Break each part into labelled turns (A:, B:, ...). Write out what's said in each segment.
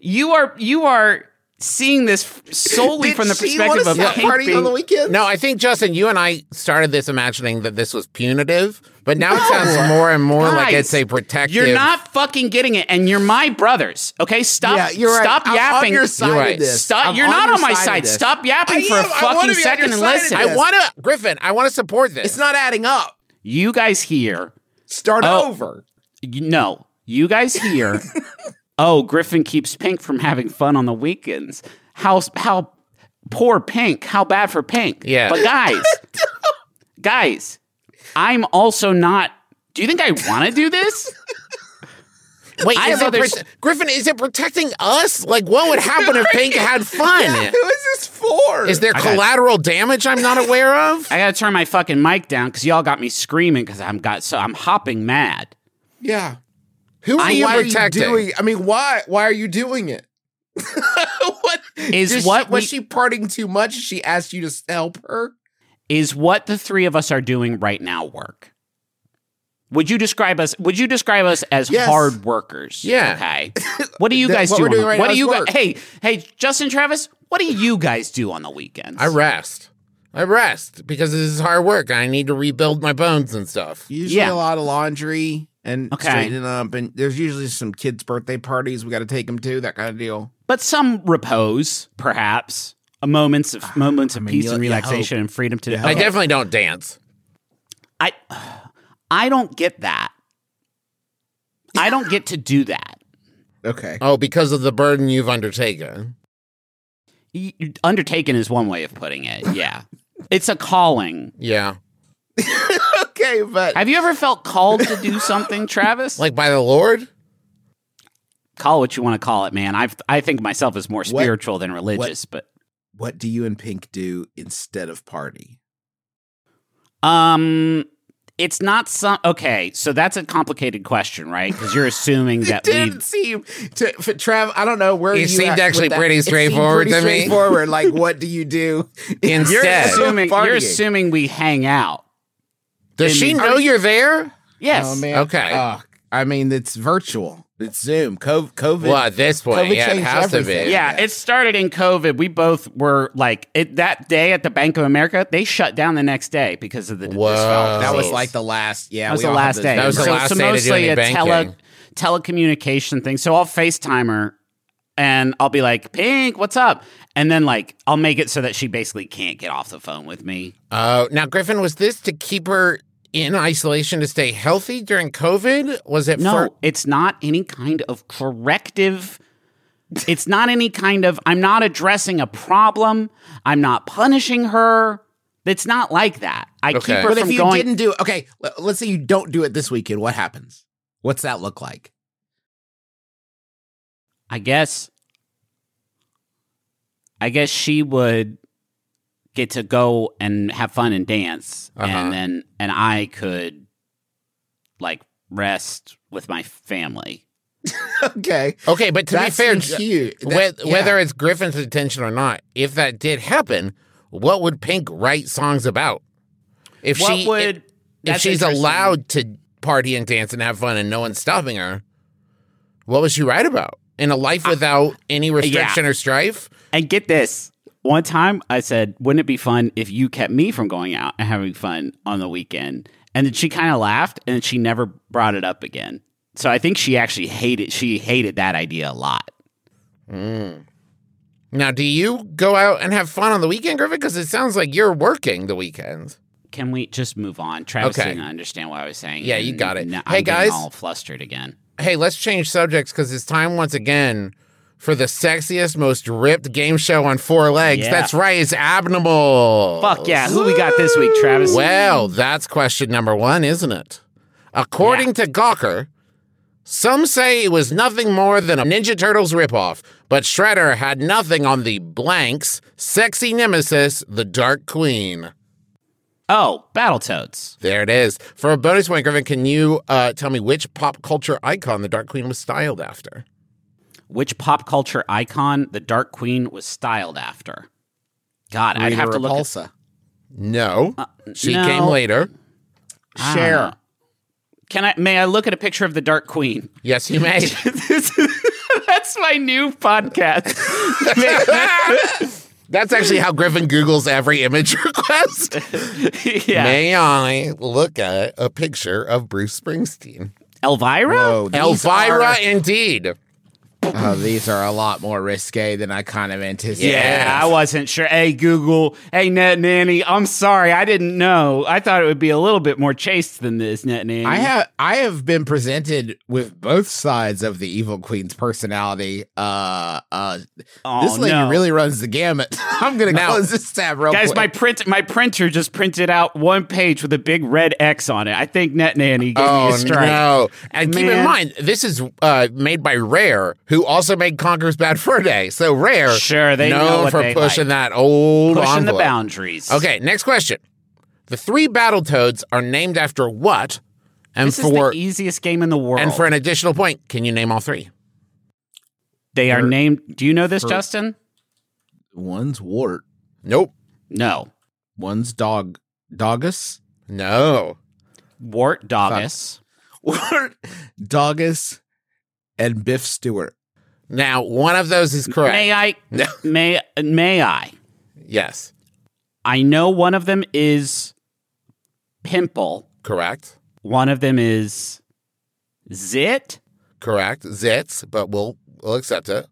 A: you are you are seeing this f- solely
B: Did
A: from the
B: she wanna
A: perspective of
B: stop
A: Pink
B: partying
A: being-
B: on the weekend.
C: No, I think Justin, you and I started this imagining that this was punitive, but now it sounds more and more like
A: Guys,
C: it's a protective.
A: You're not fucking getting it, and you're my brothers. Okay, stop.
B: yeah, you're right.
A: Stop
B: I'm
A: yapping.
B: On your side
C: You're
B: of
C: right.
B: this.
A: Stop.
B: I'm
A: you're not
B: your
A: on my
B: of
A: side.
B: this.
A: Stop yapping
B: I
A: for
B: am.
A: a
B: I wanna be on
A: fucking
B: your
A: second and
B: side of
A: listen.
B: this.
C: I want to, Griffin. I want to support this.
B: It's not adding up.
A: you guys here.
B: Start
A: Oh.
B: over.
A: You, no, you guys here. oh, Griffin keeps Pink from having fun on the weekends. How how poor Pink? How bad for Pink?
C: Yeah.
A: But guys, guys, I'm also not. Do you think I want to do this?
C: Wait,
A: I
C: is
A: have
C: it
A: others-
C: prote- Griffin? Is it protecting us? Like, what would happen if Pink had fun?
B: Yeah, who is this for?
C: Is there collateral damage I'm not aware of?
A: I gotta turn my fucking mic down because y'all got me screaming because I'm got so I'm hopping mad.
B: yeah.
C: Who are
B: I-
C: you
B: why
C: protecting?
B: Are you doing, I mean, why why are you doing it? what
A: Is
B: does
A: what
B: she, was
A: we-
B: she partying too much? She asked you to s- help her.
A: Is what the three of us are doing right now work? Would you describe us? Would you describe us as
B: Yes.
A: hard workers?
C: Yeah.
A: Okay. What do you
B: That-
A: guys
B: what
A: do?
B: we're
A: on the-
B: doing right
A: what
B: now
A: do
B: is
A: you?
B: work.
A: Guys, hey, hey, Justin, Travis. What do you guys do on the weekends?
C: I rest. I rest because this is hard work. I need to rebuild my bones and stuff.
B: Usually a
A: Yeah.
B: lot of laundry and
A: Okay.
B: straightening up, and there's usually some kids' birthday parties we got to take them to, that kind of deal.
A: but some repose, perhaps. A moments of moments of peace
B: you-
A: and
B: you
A: relaxation and freedom to.
C: I
A: Okay.
C: definitely don't dance.
A: I I don't get that. I don't get to do that.
B: Okay.
C: Oh, because of the burden you've undertaken.
A: Y- Undertaken is one way of putting it. Yeah. It's a calling.
C: Yeah.
B: Okay, but
A: Have you ever felt called to do something, Travis?
C: Like by the Lord?
A: call what you want to call it, man. I I think of myself as more spiritual than religious,
B: what do you and Pink do instead of party?
A: but um it's not some okay, so that's a complicated question, right? Cuz you're assuming that we
B: Didn't seem to for Trav. I don't know where
C: It
B: you
C: seemed
B: at with
C: actually
B: that.
C: pretty
B: It seemed
C: straightforward
B: pretty
C: to me.
B: Straightforward. Like, what do you do
A: you're
C: Instead.
A: assuming you're
B: Partying.
A: assuming we hang out.
C: Does she know you're there?
A: Yes.
B: Oh man.
C: Okay.
B: Ugh. I mean, it's virtual. It's Zoom. Co- COVID.
C: Well, at this point,
B: COVID
C: yeah, it
B: changed
C: has to be.
B: everything.
A: Yeah, it started in COVID. We both were like it, that day at the Bank of America. They shut down the next day because of the.
C: Whoa.
A: this
B: that was
A: disease.
B: like the last. Yeah,
A: that was
B: we
A: the
B: all had
A: last
B: those
A: day.
C: That was the
B: days.
A: so,
C: last
A: so
C: day to do
A: mostly
C: any
A: a tele,
C: banking.
A: telecommunication thing. So I'll FaceTime her, and I'll be like, "Pink, what's up?" And then like I'll make it so that she basically can't get off the phone with me.
C: Oh, now Griffin, was this to keep her in isolation to stay healthy during COVID? Was it
A: No,
C: for
A: it's not any kind of corrective. It's not any kind of, I'm not addressing a problem. I'm not punishing her. It's not like that. I
C: Okay.
A: keep her
B: But
A: from
B: if you
A: going.
B: didn't do okay, le- let's say you don't do it this weekend. What happens? What's that look like?
A: I guess, I guess she would get to go and have fun and dance.
C: Uh-huh.
A: And then, and I could like rest with my family.
B: Okay.
C: Okay, but to
B: that
C: be fair,
B: seems cute.
C: whe-
B: That- yeah.
C: whether it's Griffin's intention or not, if that did happen, what would Pink write songs about? If
A: What
C: she
A: would,
C: if,
A: that's
C: she's
A: interesting.
C: allowed to party and dance and have fun and no one's stopping her, what would she write about? In a life
A: Uh,
C: without any restriction or strife?
A: And get this. One time I said, wouldn't it be fun if you kept me from going out and having fun on the weekend? And then she kind of laughed and then she never brought it up again. So I think she actually hated she hated that idea a lot.
C: Now, do you go out and have fun on the weekend, Griffin? Because it sounds like you're working the weekend.
A: Can we just move on? Travis
C: Okay.
A: didn't understand what I was saying.
C: Yeah, you
A: and
C: got it.
A: now
C: Hey,
A: I'm getting
C: guys.
A: all flustered again.
C: Hey, let's change subjects because it's time once again for the sexiest, most ripped game show on four legs.
A: Yeah.
C: That's right, it's abnormal.
A: Fuck yeah! Who we got this week, Travis?
C: Well, that's question number one, isn't it? According to Gawker, Some say it was nothing more than a Ninja Turtles ripoff, but Shredder had nothing on the blank's sexy nemesis, the Dark Queen.
A: Oh, Battletoads.
C: There it is. For a bonus point, Griffin, can you uh, tell me which pop culture icon the Dark Queen was styled after?
A: Which pop culture icon the Dark Queen was styled after? God, I'd have to look. At,
D: Repulsa.
C: No.
D: Uh,
C: she
A: no.
C: came later.
A: I don't know.
D: Ah.
C: Share.
A: Can I? May I look at a picture of the Dark Queen?
C: Yes, you may.
A: This is- that's my new podcast.
C: That's actually how Griffin Googles every image request.
A: yeah,
C: May I look at a picture of Bruce Springsteen?
A: Elvira.
D: Oh, these
C: Elvira,
D: are-
C: indeed.
D: oh, these are a lot more risque than I kind of anticipated.
A: Yeah, I wasn't sure. Hey, Google. Hey, Net Nanny. I'm sorry. I didn't know. I thought it would be a little bit more chaste than this, Net Nanny.
D: I have I have been presented with both sides of the evil queen's personality. Uh, uh,
A: Oh,
D: this lady
A: no.
D: really runs the gamut. I'm gonna
C: Now-
D: close this tab real
A: Guys, my
D: quick.
A: print my printer just printed out one page with a big red X on it. I think Net Nanny gave me
C: Oh
A: a strike.
C: no! And keep in
A: Man.
C: mind, this is uh, made by Rare, who also made Conker's Bad Fur Day. So Rare,
A: Sure, they
C: known
A: know what
C: for
A: they
C: pushing that old
A: Pushing
C: envelope.
A: the boundaries.
C: Okay, next question: The three Battletoads are named after what? And
A: This is
C: for
A: the easiest game in the world.
C: and for an additional point, can you name all three?
A: they are named. Do you know this, Justin?
D: one's wart,
C: Nope.
A: No.
D: one's dog, dogus,
C: No.
A: Wart Doggis.
D: wart, dogus, and Biff Stewart.
C: Now, one of those is correct.
A: May I?
C: No.
A: May May I?
C: Yes,
A: I know one of them is Pimple.
C: correct.
A: One of them is Zit,
C: Correct. Zits, but we'll we'll accept it.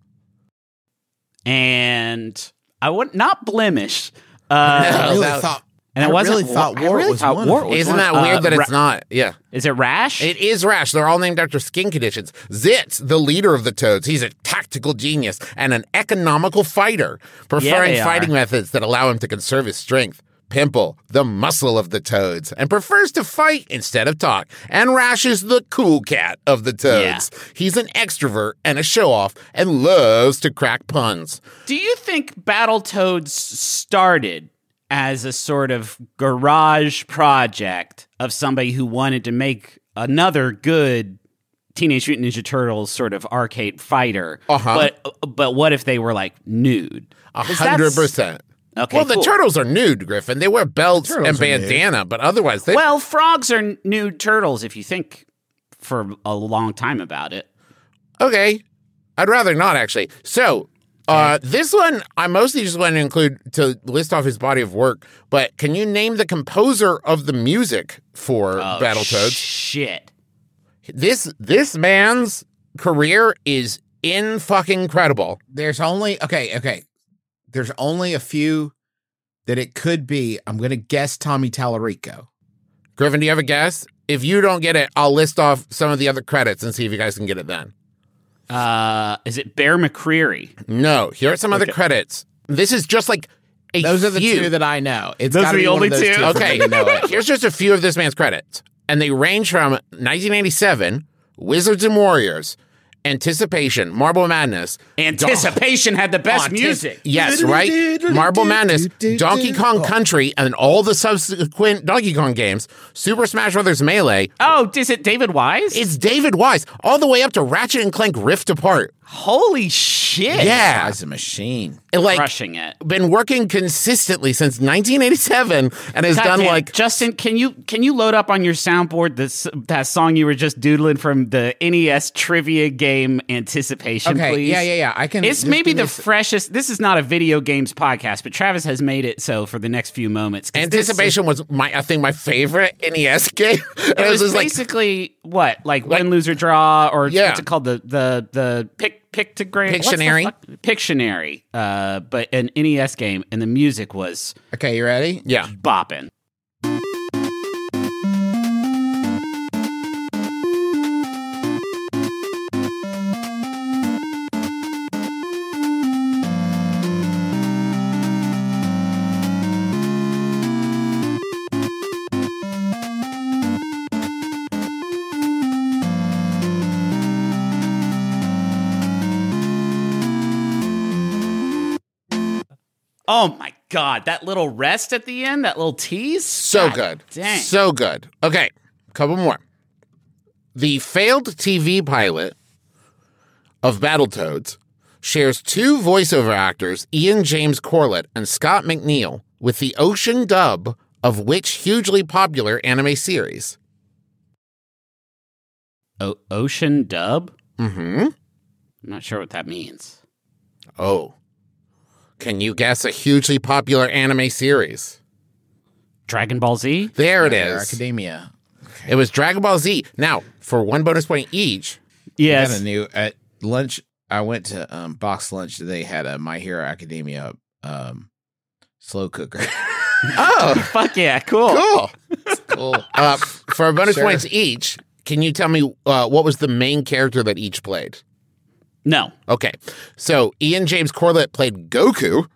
A: and I would not blemish. Uh,
C: No.
D: I really
C: that-
D: thought.
A: and
D: I
A: it wasn't
D: really thought
A: Wa-
D: Wart
A: I really
D: was
A: thought
D: one of
A: Wart
D: them.
A: was
C: Isn't
A: one.
C: that weird
A: Uh,
C: that it's
A: Ra-
C: not? Yeah.
A: Is it Rash?
C: It is Rash. They're all named after skin conditions. Zitz, the leader of the Toads, he's a tactical genius and an economical fighter, preferring
A: they are.
C: fighting methods that allow him to conserve his strength. Pimple, the muscle of the Toads, and prefers to fight instead of talk. And Rash is the cool cat of the Toads. He's an extrovert and a show off and loves to crack puns.
A: Do you think Battletoads started as a sort of garage project of somebody who wanted to make another good Teenage Mutant Ninja Turtles sort of arcade fighter?
C: Uh-huh.
A: But but what if they were like nude?
C: A
A: 'Cause
C: hundred
A: that's-
C: percent.
A: Okay,
C: Well, the
A: cool.
C: turtles are nude, Griffin. They wear belts and
D: turtles are nude.
C: bandana, but otherwise they
A: Well, frogs are n- nude turtles if you think for a long time about it.
C: Okay. I'd rather not actually. So, uh, this one I mostly just want to include to list off his body of work, but can you name the composer of the music for
A: Oh,
C: Battletoads?
A: Shit.
C: This this man's career is in fucking incredible.
D: There's only okay, okay. There's only a few that it could be. I'm gonna guess Tommy Tallarico.
C: Griffin, do you have a guess? If you don't get it, I'll list off some of the other credits and see if you guys can get it then.
A: Uh, is it Bear McCreary?
C: No, here are some other credits. This is just like a
D: Those are the
C: few.
D: two that I know. It's
A: Those are
D: gotta
A: the
D: be one
A: only
D: of those
A: two?
D: two. for me
C: Okay,
D: to know it.
C: here's just a few of this man's credits, and they range from 1987, Wizards and Warriors, Anticipation, Marble Madness,
A: Anticipation had the best music.
C: yes, right, Marble Madness, Donkey Kong Country, and all the subsequent Donkey Kong games, Super Smash Bros. Melee.
A: Oh, is it David Wise?
C: It's David Wise, all the way up to Ratchet and Clank Rift Apart.
A: Holy shit.
C: Yeah,
D: Guy's a machine.
C: and, like
A: Crushing it.
C: been working consistently since 1987, and has done
A: Goddamn,
C: like
A: Justin, can you can you load up on your soundboard this that song you were just doodling from the NES trivia game Anticipation,
D: Okay,
A: please?
D: yeah, yeah, yeah. I can.
A: It's
D: just
A: maybe
D: give me
A: the
D: a se-
A: freshest. This is not a video games podcast, but Travis has made it so for the next few moments. 'cause this is-
C: Anticipation was my I think my favorite NES game. And
A: It was,
C: like
A: basically what, like, win, lose, or draw, or
C: Yeah.
A: what's it called? The the the pic pictogram, what's the
C: Pictionary?
A: fuck- Pictionary. Uh, but an NES game, and the music was
D: okay, you ready?
C: yeah.
A: bopping. Oh my god, that little rest at the end, that little tease,
C: So
A: God
C: good.
A: Dang.
C: So good. Okay, couple more. The failed TV pilot of Battletoads shares two voiceover actors, Ian James Corlett and Scott McNeil, with the ocean dub of which hugely popular anime series?
A: o- ocean dub.
C: Mm-hmm.
A: I'm not sure what that means.
C: Oh. Can you guess a hugely popular anime series?
A: Dragon Ball Z.
C: There it
B: Or
C: is.
B: academia.
C: It was Dragon Ball Z. Now, for one bonus point each,
B: I got a new at lunch. I went to um, box lunch. They had a My Hero Academia um, slow cooker.
C: Oh,
A: Fuck yeah, cool.
C: cool.
B: cool.
C: Uh, for bonus
B: Sure.
C: points each, can you tell me uh, what was the main character that each played?
A: No,
C: Okay. So Ian James Corlett played Goku,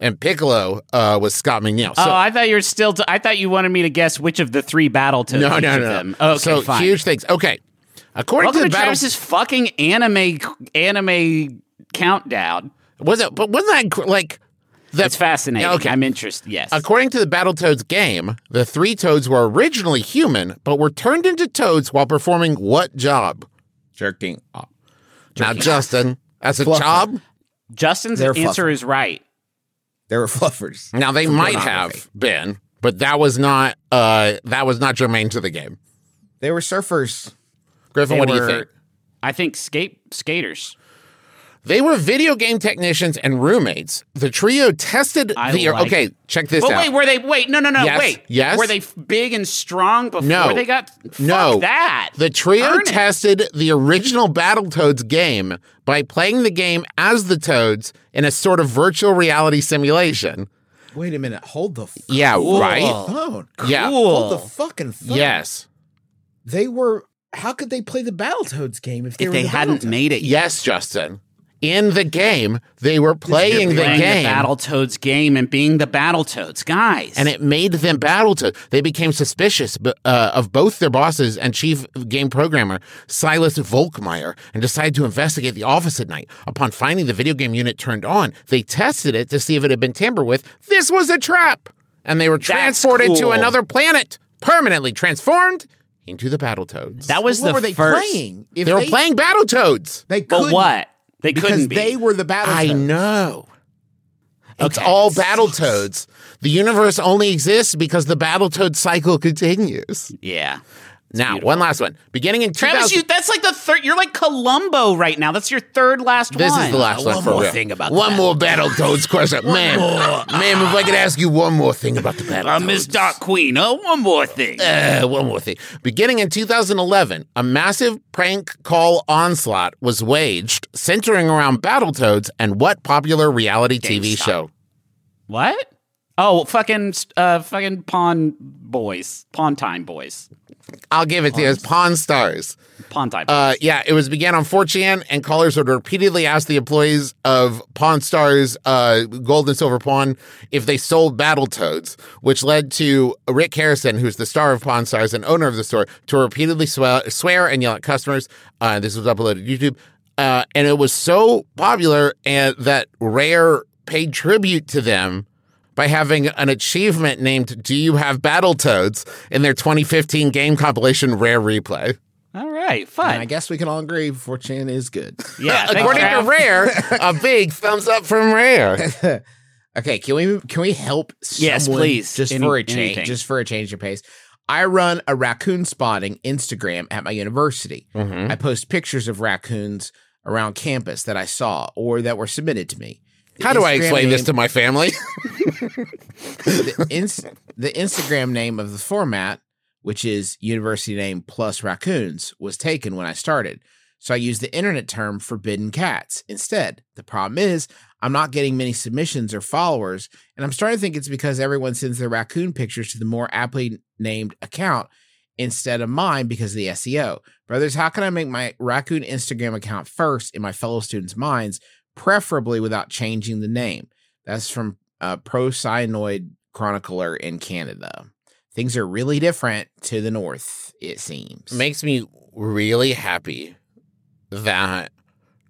C: and Piccolo uh, was Scott McNeil. So,
A: oh, I thought you were still. T- I thought you wanted me to guess which of the three battle toads.
C: no,
A: each
C: no,
A: of
C: no,
A: Them.
C: no.
A: Okay,
C: so
A: fine.
C: huge things. Okay. According
A: Welcome
C: to
A: to
C: the battle,
A: Travis's fucking anime anime countdown.
C: was it? But wasn't that inc- like
A: That's fascinating.
C: Okay.
A: I'm interested. Yes.
C: According to the Battletoads game, the three toads were originally human, but were turned into toads while performing what job?
B: Jerking off.
C: Now, Justin, that's a
B: Fluffer.
C: job.
A: Justin's
B: They're
A: answer
B: fluffy.
A: is right.
B: They were fluffers.
C: Now they might have
B: pornography.
C: been, but that was not uh that was not germane to the game.
B: They were surfers.
C: Griffin,
A: They
C: what do you
A: were-
C: think?
A: I think skate skaters.
C: They were video game technicians and roommates. The trio tested
A: I
C: the
A: like
C: okay.
A: it.
C: Check this
A: But
C: out.
A: Oh, wait, were they? Wait, no, no, no.
C: Yes,
A: Wait.
C: yes.
A: Were they f- big and strong before
C: No.
A: they got? Fuck
C: No.
A: That.
C: the trio
A: Earn it.
C: tested the original Battletoads game by playing the game as the Toads in a sort of virtual reality simulation.
B: Wait a minute. Hold the fucking
C: Yeah, right.
A: Oh,
B: phone.
C: Yeah.
B: Hold the fucking phone.
C: Yes.
B: They were. How could they play the Battletoads game if they,
A: if
B: were
A: they
B: the
A: hadn't
B: Battletoads?
A: made it yet.
C: Yes, Justin. In the game, they were playing the
A: Playing
C: game.
A: the Battletoads game and being the Battletoads guys.
C: and it made them battle to. They became suspicious b- uh, of both their bosses and chief game programmer Silas Volkmeyer, and decided to investigate the office at night. Upon finding the video game unit turned on, they tested it to see if it had been tampered with. This was a trap, and they were transported to
A: cool.
C: another planet, permanently transformed into the Battletoads.
A: that was
B: What
A: the
B: were they
A: first.
B: playing?
C: they,
B: If
C: were playing Battletoads.
B: They
A: But
B: couldn't,
A: what? They
B: Because
A: couldn't be.
B: they were the Battletoads.
C: I know. It's
A: Okay.
C: all Battletoads. The universe only exists because the Battletoad cycle continues.
A: yeah.
C: Now, one last one. Beginning in
A: Travis,
C: 2000
A: you, that's like the third. You're like Columbo right now. That's your third last
C: This
A: one.
C: is the last one
A: One
C: for
A: more
C: real.
A: thing about
C: one
A: that.
C: more Battletoads question, ma'am. Ma'am, if I could ask you one more thing about the Battletoads,
A: Uh, Miss Dark Queen. Oh, one more thing.
C: Uh, one more thing. Beginning in 2011, a massive prank call onslaught was waged, centering around Battletoads and what popular reality TV
A: GameStop.
C: show?
A: What? Oh, fucking, uh, fucking pawn boys, pawn time boys,
C: I'll give it to you. It's Pawn Stars.
A: pawn time.
C: Uh, yeah, it was began on 4chan, and callers would repeatedly ask the employees of Pawn Stars, uh, Gold and Silver Pawn, if they sold Battletoads, which led to Rick Harrison, who's the star of Pawn Stars and owner of the store, to repeatedly swear, swear and yell at customers. Uh, this was uploaded to YouTube, uh, and it was so popular and that Rare paid tribute to them. By having an achievement named Do You Have Battletoads in their 2015 game compilation Rare Replay.
A: All right,
B: And I
A: fun.
B: guess we can all agree 4chan is good.
A: Yeah, thanks,
C: According to
A: Trav.
C: Rare, a big thumbs up from Rare.
B: Okay, can we can we help someone
A: Yes, please.
B: just
A: Any-
B: for a change
A: anything.
B: just for a change of pace. I run a raccoon spotting Instagram at my university.
A: Mm-hmm.
B: I post pictures of raccoons around campus that I saw or that were submitted to me. The
C: How do I
B: Instagram
C: explain this
B: name-
C: to my family?
B: the, ins- the Instagram name of the format, which is university name plus raccoons, was taken when I started. So I used the internet term forbidden cats instead. The problem is, I'm not getting many submissions or followers, and I'm starting to think it's because everyone sends their raccoon pictures to the more aptly named account instead of mine because of the SEO. Brothers, how can I make my raccoon Instagram account first in my fellow students' minds, preferably without changing the name? That's from uh, Pro Cyanoid Chronicler in Canada. Things are really different to the north, it seems.
C: Makes me really happy that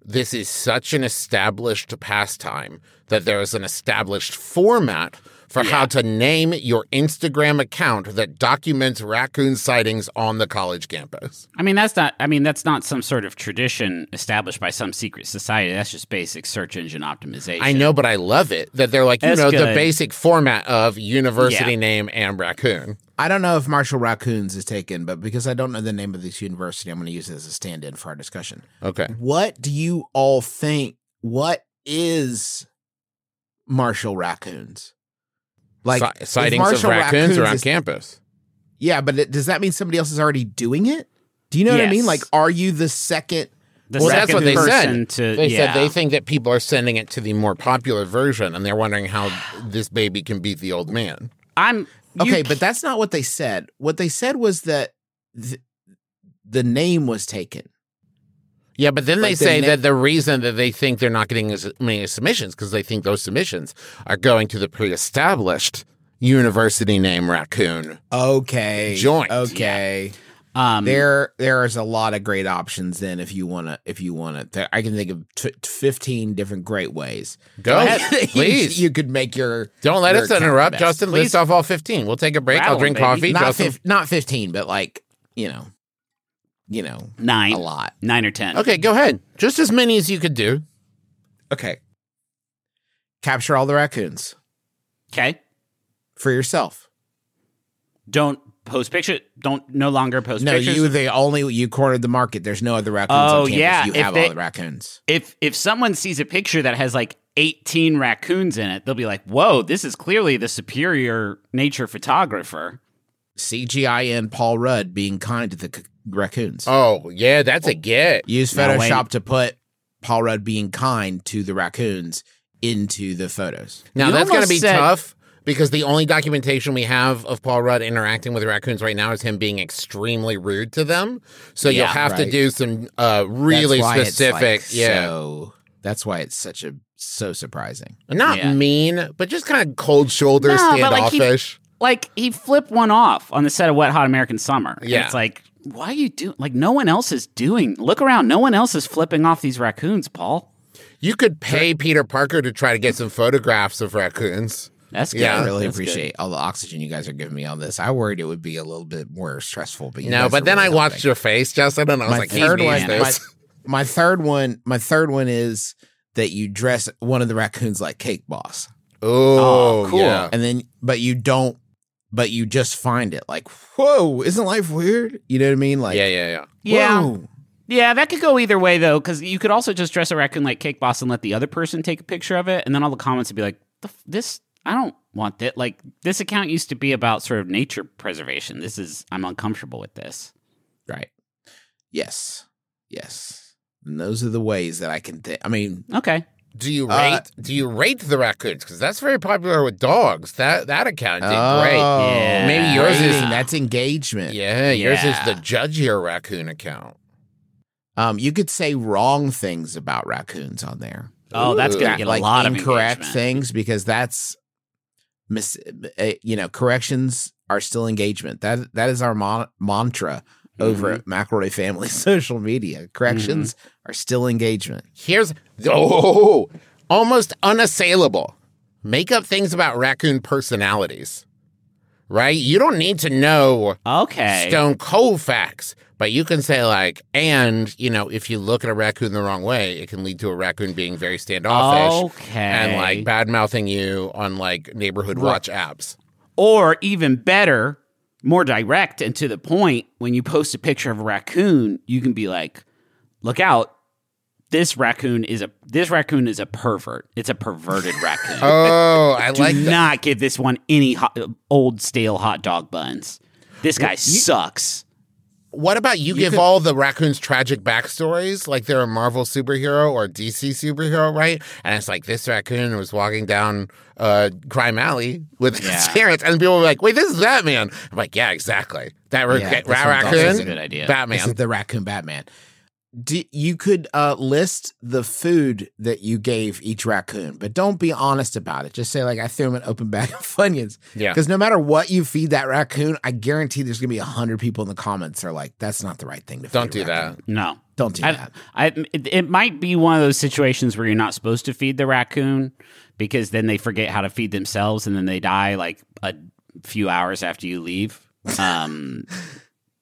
C: this is such an established pastime that there is an established format for how to name your Instagram account that documents raccoon sightings on the college campus.
A: I mean, that's not. I mean, that's not some sort of tradition established by some secret society. That's just basic search engine optimization.
C: I know, but I love it that they're like, you
A: That's
C: know, the
A: good.
C: basic format of university
A: Yeah.
C: name and raccoon.
B: I don't know if Marshall Raccoons is taken, but because I don't know the name of this university, I'm going to use it as a stand in for our discussion.
C: Okay.
B: What do you all think? What is Marshall Raccoons? Like,
C: Si-
B: if
C: sightings of
B: Marshall
C: raccoons, around
B: is-
C: campus.
B: Yeah, but it, does that mean somebody else is already doing it? Do you know what I mean?
A: Yes.
B: Like, are you the second?
A: The
C: well, that's what
A: second
C: they said.
A: person To,
C: they
A: Uh, yeah.
C: said they think that people are sending it to the more popular version, and they're wondering how this baby can beat the old man.
A: I'm you
B: Okay,
A: c-
B: but that's not what they said. What they said was that th- the name was taken.
C: Yeah, but then they
B: Like the
C: say
B: na-
C: that the reason that they think they're not getting as many submissions because they think those submissions are going to the pre-established university name raccoon.
B: Okay,
C: Joint.
B: Okay,
C: Mm-hmm.
A: um,
B: there there is a lot of great options. Then, if you wanna, if you wanna, there, I can think of t- t- fifteen different great ways.
C: Go,
B: that you-
C: please.
B: You, could make your
C: Don't let
B: your
C: us
B: account
C: interrupt.
B: best.
C: Justin, list off all 15. We'll take a break.
A: Rattle
C: I'll
A: 'em,
C: drink
A: baby.
C: coffee.
B: Not
C: Justin.
B: fif- not fifteen, but like you know, you know,
A: nine,
B: a lot.
A: nine or ten.
C: Okay, go ahead. Just as many as you could do.
B: Okay, capture all the raccoons
A: okay.
B: for yourself.
A: Don't post picture. Don't no longer post
B: No,
A: pictures.
B: you the only you cornered the market. There's no other raccoons.
A: Oh,
B: on campus.
A: yeah,
B: you
A: if
B: have
A: they-
B: all the raccoons.
A: if if someone sees a picture that has like 18 raccoons in it, they'll be like, "Whoa, this is clearly the superior nature photographer."
B: CGI and Paul Rudd being kind to the c- raccoons.
C: Oh, yeah, that's a get.
B: Use
A: Now,
B: Photoshop
A: Wayne-
B: to put Paul Rudd being kind to the raccoons into the photos.
C: Now,
A: You
C: that's going to
A: almost
C: be
A: said-
C: tough because the only documentation we have of Paul Rudd interacting with raccoons right now is him being extremely rude to them. So you'll
A: Yeah,
C: have to
B: right.
C: do some uh, really
B: That's why it's,
C: specific.
B: like,
C: yeah.
B: So, that's why it's such a so surprising.
C: Not
A: Yeah.
C: mean, but just kind of cold shoulder,
A: No, but, like, he-
C: standoffish.
A: Like he flipped one off on the set of Wet Hot American Summer. And
C: Yeah.
A: it's like, why are you doing? Like no one else is doing. Look around, no one else is flipping off these raccoons, Paul.
C: you could pay Peter Parker to try to get some photographs of raccoons.
A: That's good.
C: Yeah.
B: I really
A: That's good.
B: appreciate all the oxygen you guys are giving me on this. I worried it would be a little bit more stressful, but you
C: No,
B: guys
C: but
B: are
C: then
B: really
C: I watched
B: helping.
C: your face, Justin, and I was
B: my
C: like,
B: third
C: he
B: one
C: needs
B: my,
C: this.
B: my third one my third one is that you dress one of the raccoons like cake boss
C: oh,
A: Oh, cool.
C: yeah.
B: and then but you don't but you just find it like whoa isn't life weird you know what i mean like
C: yeah, yeah, yeah.
A: Yeah.
B: whoa.
A: Yeah, that could go either way though, because you could also just dress a raccoon like Cake Boss and let the other person take a picture of it, and then all the comments would be like, "The f- "This, I don't want that." Like this account used to be about sort of nature preservation. This is, I'm uncomfortable with this.
B: right yes yes and those are the ways that i can think i mean
A: Okay,
C: Do you rate?
B: Uh,
C: do you rate the raccoons? Because that's very popular with dogs. That that account did great.
B: oh,
A: Yeah.
C: Maybe yours is-
B: rating, that's engagement
C: Yeah, yours
A: Yeah.
C: is the judgier raccoon account.
B: um you could say wrong things about raccoons on there
A: oh, that's gonna
B: Yeah,
A: get
B: like
A: a lot of
B: incorrect
A: engagement.
B: things because that's mis- uh, you know corrections are still engagement that that is our mon- mantra
C: Mm-hmm.
B: over at McElroy family social media corrections
C: Mm-hmm.
B: are still engagement
C: Here's oh, almost unassailable. Make up things about raccoon personalities. Right? You don't need to know
A: Okay,
C: stone cold facts, but you can say like, and you know, if you look at a raccoon the wrong way, it can lead to a raccoon being very standoffish
A: Okay.
C: and like bad mouthing you on like neighborhood watch apps.
A: or even better, more direct and to the point. When you post a picture of a raccoon, you can be like, "Look out." This raccoon is a this raccoon is a pervert. It's a perverted raccoon.
C: Oh, I
A: Do
C: like that.
A: not give this one any hot, old stale hot dog buns. This guy sucks.
C: What about you, give all the raccoons tragic backstories, like they're a Marvel superhero or DC superhero, right? And it's like this raccoon was walking down uh, Crime Alley with his
A: Yeah.
C: parents, and people were like, "Wait, this is Batman." I'm like, "Yeah, exactly. That ra-
B: Yeah, this
C: ra-
B: one's also
C: raccoon,
B: a
A: good idea.
C: Batman."
B: this is the raccoon batman do, you could uh, list the food that you gave each raccoon, but don't be honest about it. Just say like I threw him an open bag of Funyuns.
C: Yeah.
B: Because no matter what you feed that raccoon, I guarantee there's gonna be a hundred people in the comments that are like, "That's not the right thing to."
C: Don't
B: feed a
C: do that.
B: raccoon."
A: No.
B: Don't do
A: I,
B: that.
A: I, it, it might be one of those situations where you're not supposed to feed the raccoon because then they forget how to feed themselves and then they die like a few hours after you leave. Um,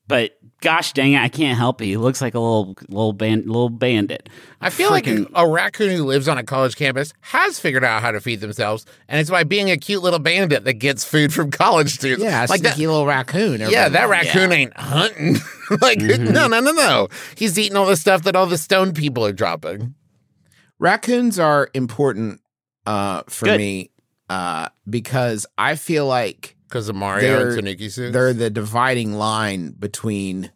A: but gosh dang it, I can't help it. He looks like a little little band little bandit.
C: I feel
A: Freaking-
C: like a raccoon who lives on a college campus has figured out how to feed themselves, and it's by being a cute little bandit that gets food from college students.
B: Yeah,
C: like that.
B: sneaky little Mm-hmm. raccoon.
C: Yeah,
B: everybody-
C: that raccoon ain't hunting. like, no, no, no, no. He's eating all the stuff that all the stone people are dropping.
B: raccoons are important uh, for
A: Good.
B: me uh, because I feel like
C: Because of Mario
B: They're-
C: and Tanuki suits.
B: they're the dividing line between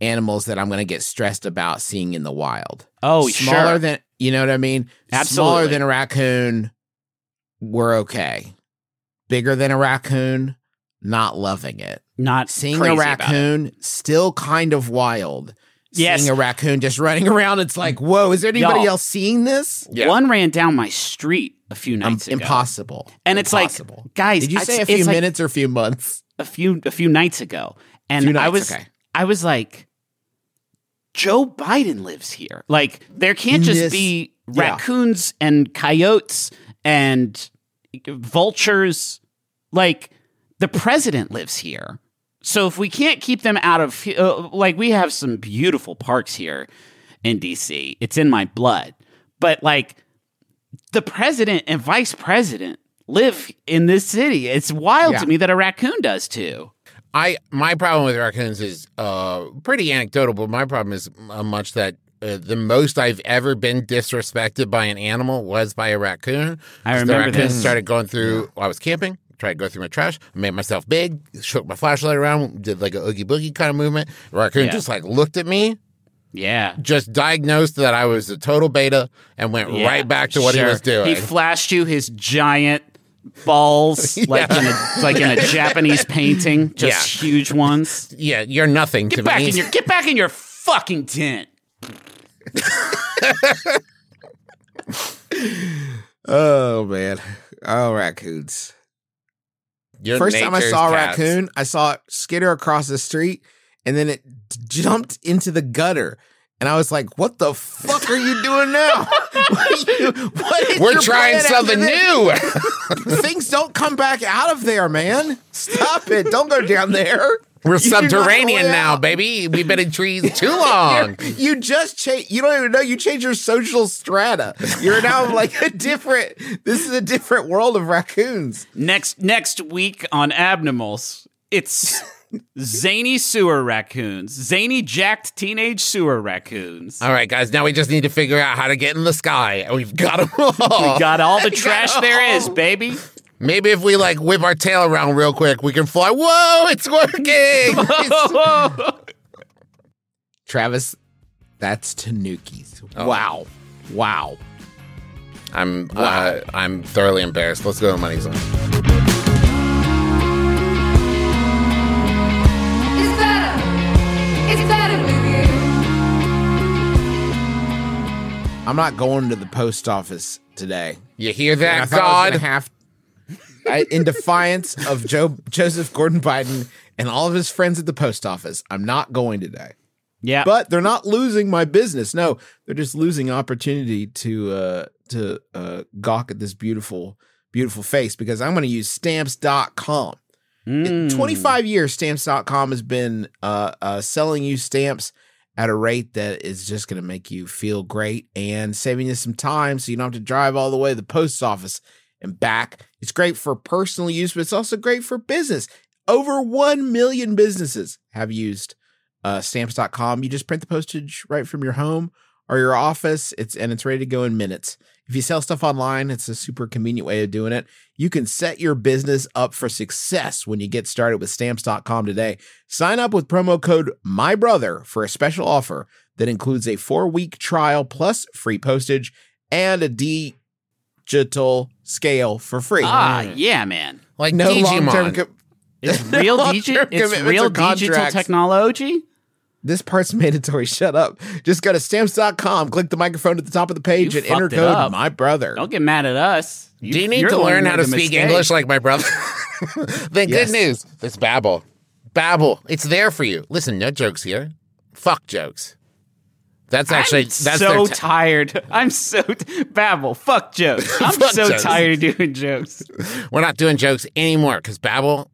B: animals that I'm going to get stressed about seeing in the wild.
A: Oh,
B: smaller
A: sure.
B: than you know what I mean. Smaller
A: Absolutely.
B: than a raccoon, we're okay. Bigger than a raccoon, not loving it.
A: not
B: Seeing
A: crazy
B: a
A: about it.
B: raccoon, still kind of wild.
A: Yes.
B: Seeing a raccoon just running around, it's like, whoa, is there anybody
A: Y'all.
B: else seeing this?
C: Yeah.
A: One ran down my street a few
B: Um,
A: nights ago.
B: impossible.
A: And it's like,
B: Impossible.
A: guys,
B: Did you
A: it's-
B: say a
A: it's
B: few
A: like-
B: minutes or a few months?
A: a few a few nights ago, and
B: Few
A: I
B: nights,
A: was
B: okay.
A: I was like, Joe Biden lives here. Like there can't just
B: This-
A: be
B: yeah.
A: raccoons and coyotes and vultures. Like the president lives here. So if we can't keep them out of he- uh, like we have some beautiful parks here in DC. It's in my blood. But like the president and vice president live in this city. It's wild
B: Yeah.
A: to me that a raccoon does too.
C: I my problem with raccoons is uh, pretty anecdotal, but my problem is uh, much that uh, the most I've ever been disrespected by an animal was by a raccoon.
A: I
C: So the
A: remember
C: raccoon
A: this.
C: started going through. I was camping, tried to go through my trash, made myself big, shook my flashlight around, did like a oogie boogie kind of movement. Raccoon
A: Yeah.
C: just like looked at me,
A: Yeah.
C: just diagnosed that I was a total beta, and went
A: Yeah,
C: right back to what
A: sure.
C: he was doing.
A: He flashed you his giant balls like in a like in a Japanese painting, just huge ones.
C: yeah, you're nothing to
A: Get back
C: me.
A: in your get back in your fucking tent.
B: Oh man. Oh raccoons.
C: You're
B: First time I
C: nature's
B: saw a
C: cats.
B: raccoon, I saw it skitter across the street and then it d- jumped into the gutter. And I was like, what the fuck are you doing now? what are you, what is
C: We're
B: your
C: trying
B: plan after
C: something
B: this?
C: new.
B: Things don't come back out of there, man. Stop it. Don't go down there.
C: We're
B: do not
C: subterranean
B: go
C: now,
B: out.
C: baby. We've been in trees too long.
B: You just change. You don't even know. You change your social strata. You're now like a different. This is a different world of raccoons.
A: Next next week on Abnormals, it's zany sewer raccoons, zany jacked teenage sewer raccoons.
C: all right, guys. Now we just need to figure out how to get in the sky, and we've got them all.
A: We got all the trash there is, baby.
C: Maybe if we like whip our tail around real quick, we can fly. Whoa! It's working.
B: Travis, that's Tanukis. Wow. Wow.
C: I'm uh, I'm thoroughly embarrassed. Let's go to money zone.
E: It's better. It's better with you.
B: I'm not going to the post office today.
C: You hear
B: And I
C: that,
B: thought I was
C: God?
B: gonna have- I- in defiance of Joe Joseph Gordon Biden and all of his friends at the post office, I'm not going today.
A: Yeah.
B: But they're not losing my business. No, they're just losing opportunity to uh, to uh, gawk at this beautiful, beautiful face because I'm going to use stamps.com. In 25 years, stamps.com has been uh, uh, selling you stamps at a rate that is just going to make you feel great and saving you some time so you don't have to drive all the way to the post office and back. It's great for personal use, but it's also great for business. Over 1 million businesses have used uh, stamps.com. You just print the postage right from your home or your office. It's and it's ready to go in minutes. If you sell stuff online, it's a super convenient way of doing it. You can set your business up for success when you get started with stamps.com today. Sign up with promo code my brother for a special offer that includes a 4-week trial plus free postage and a digital scale for free.
A: ah, yeah, man.
C: Like
B: no long-term
C: Digimon.
B: co-
A: It's real
B: Long-term
A: digi- It's
B: commitments
A: real
B: or
A: digital
B: contracts.
A: technology.
B: This part's mandatory. Shut up. Just go to stamps.com, click the microphone at the top of the page,
A: You
B: and enter
A: fucked it
B: code
A: up.
B: my brother.
A: Don't get mad at us.
C: Do you need
A: you're
C: to
A: the one
C: learn
A: who
C: how to
A: made the
C: speak
A: mistake.
C: English like my brother? then good news. It's Babbel. Babbel. It's there for you. Listen, no jokes here. Fuck jokes. That's actually
A: I'm
C: that's
A: so
C: their t-
A: tired. I'm so t- babble. Fuck jokes. I'm
C: Fuck
A: so
C: jokes.
A: tired of doing jokes.
C: we're not doing jokes anymore because Babbel,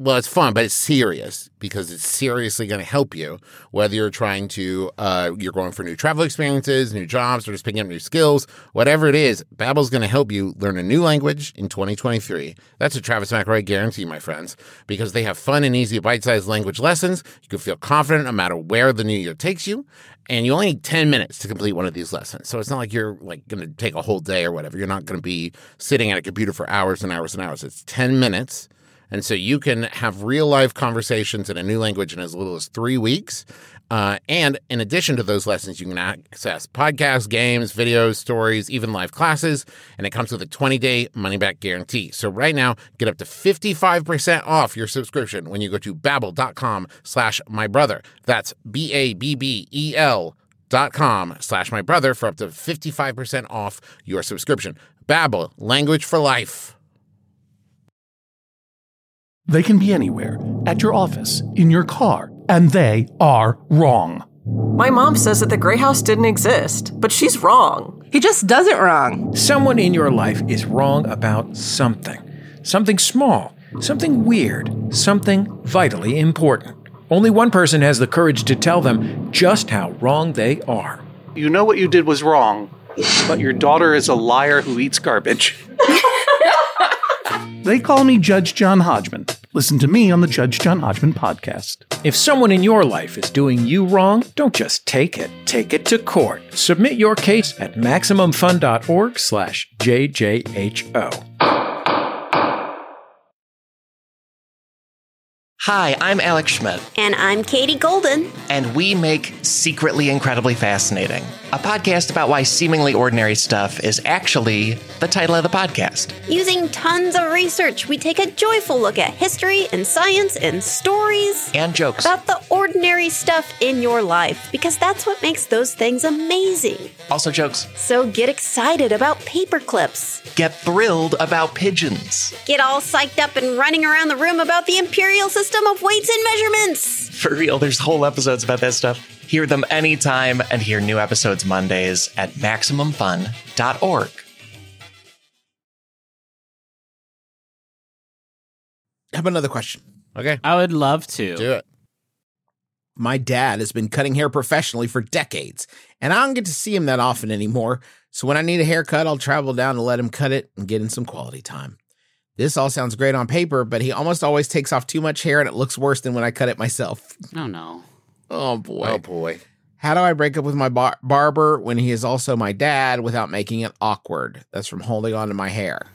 C: well, it's fun, but it's serious because it's seriously going to help you whether you're trying to uh, you're going for new travel experiences, new jobs, or just picking up new skills, whatever it is. Babbel's going to help you learn a new language in 2023. That's a Travis McRae guarantee, my friends, because they have fun and easy bite-sized language lessons. You can feel confident no matter where the new year takes you. And you only need 10 minutes to complete one of these lessons. So it's not like you're like going to take a whole day or whatever. You're not going to be sitting at a computer for hours and hours and hours. It's 10 minutes. And so you can have real life conversations in a new language in as little as three weeks. Uh, and in addition to those lessons, you can access podcasts, games, videos, stories, even live classes. And it comes with a 20 day money back guarantee. So right now, get up to 55% off your subscription when you go to babbel.com slash my brother. That's B A B B E L dot com slash my brother for up to 55% off your subscription. Babbel, language for life.
F: They can be anywhere, at your office, in your car, and they are wrong.
G: My mom says that the Grey House didn't exist, but she's wrong.
H: He just does it wrong.
I: Someone in your life is wrong about something. Something small, something weird, something vitally important. Only one person has the courage to tell them just how wrong they are.
J: You know what you did was wrong, but your daughter is a liar who eats garbage.
F: They call me Judge John Hodgman. Listen to me on the Judge John Hodgman podcast.
I: If someone in your life is doing you wrong, don't just take it. Take it to court. Submit your case at MaximumFun.org slash JJHO.
J: Hi, I'm Alex Schmidt,
E: And I'm Katie Golden.
J: and we make Secretly Incredibly Fascinating, a podcast about why seemingly ordinary stuff is actually the title of the podcast.
E: Using tons of research, we take a joyful look at history and science and stories
J: And jokes.
E: about the ordinary stuff in your life because that's what makes those things amazing.
J: Also, jokes.
E: So get excited about paper clips.
J: Get thrilled about pigeons.
E: Get all psyched up and running around the room about the imperial system of weights and measurements.
J: For real, there's whole episodes about that stuff. Hear them anytime and hear new episodes Mondays at MaximumFun.org.
B: I have another question.
C: Okay,
A: I would love to.
C: do it.
B: My dad has been cutting hair professionally for decades, and I don't get to see him that often anymore. So when I need a haircut, I'll travel down to let him cut it and get in some quality time. This all sounds great on paper, but he almost always takes off too much hair and it looks worse than when I cut it myself.
A: Oh no.
B: Oh boy.
C: Oh boy.
B: How do I break up with my bar- barber when he is also my dad without making it awkward? That's from holding on to my hair.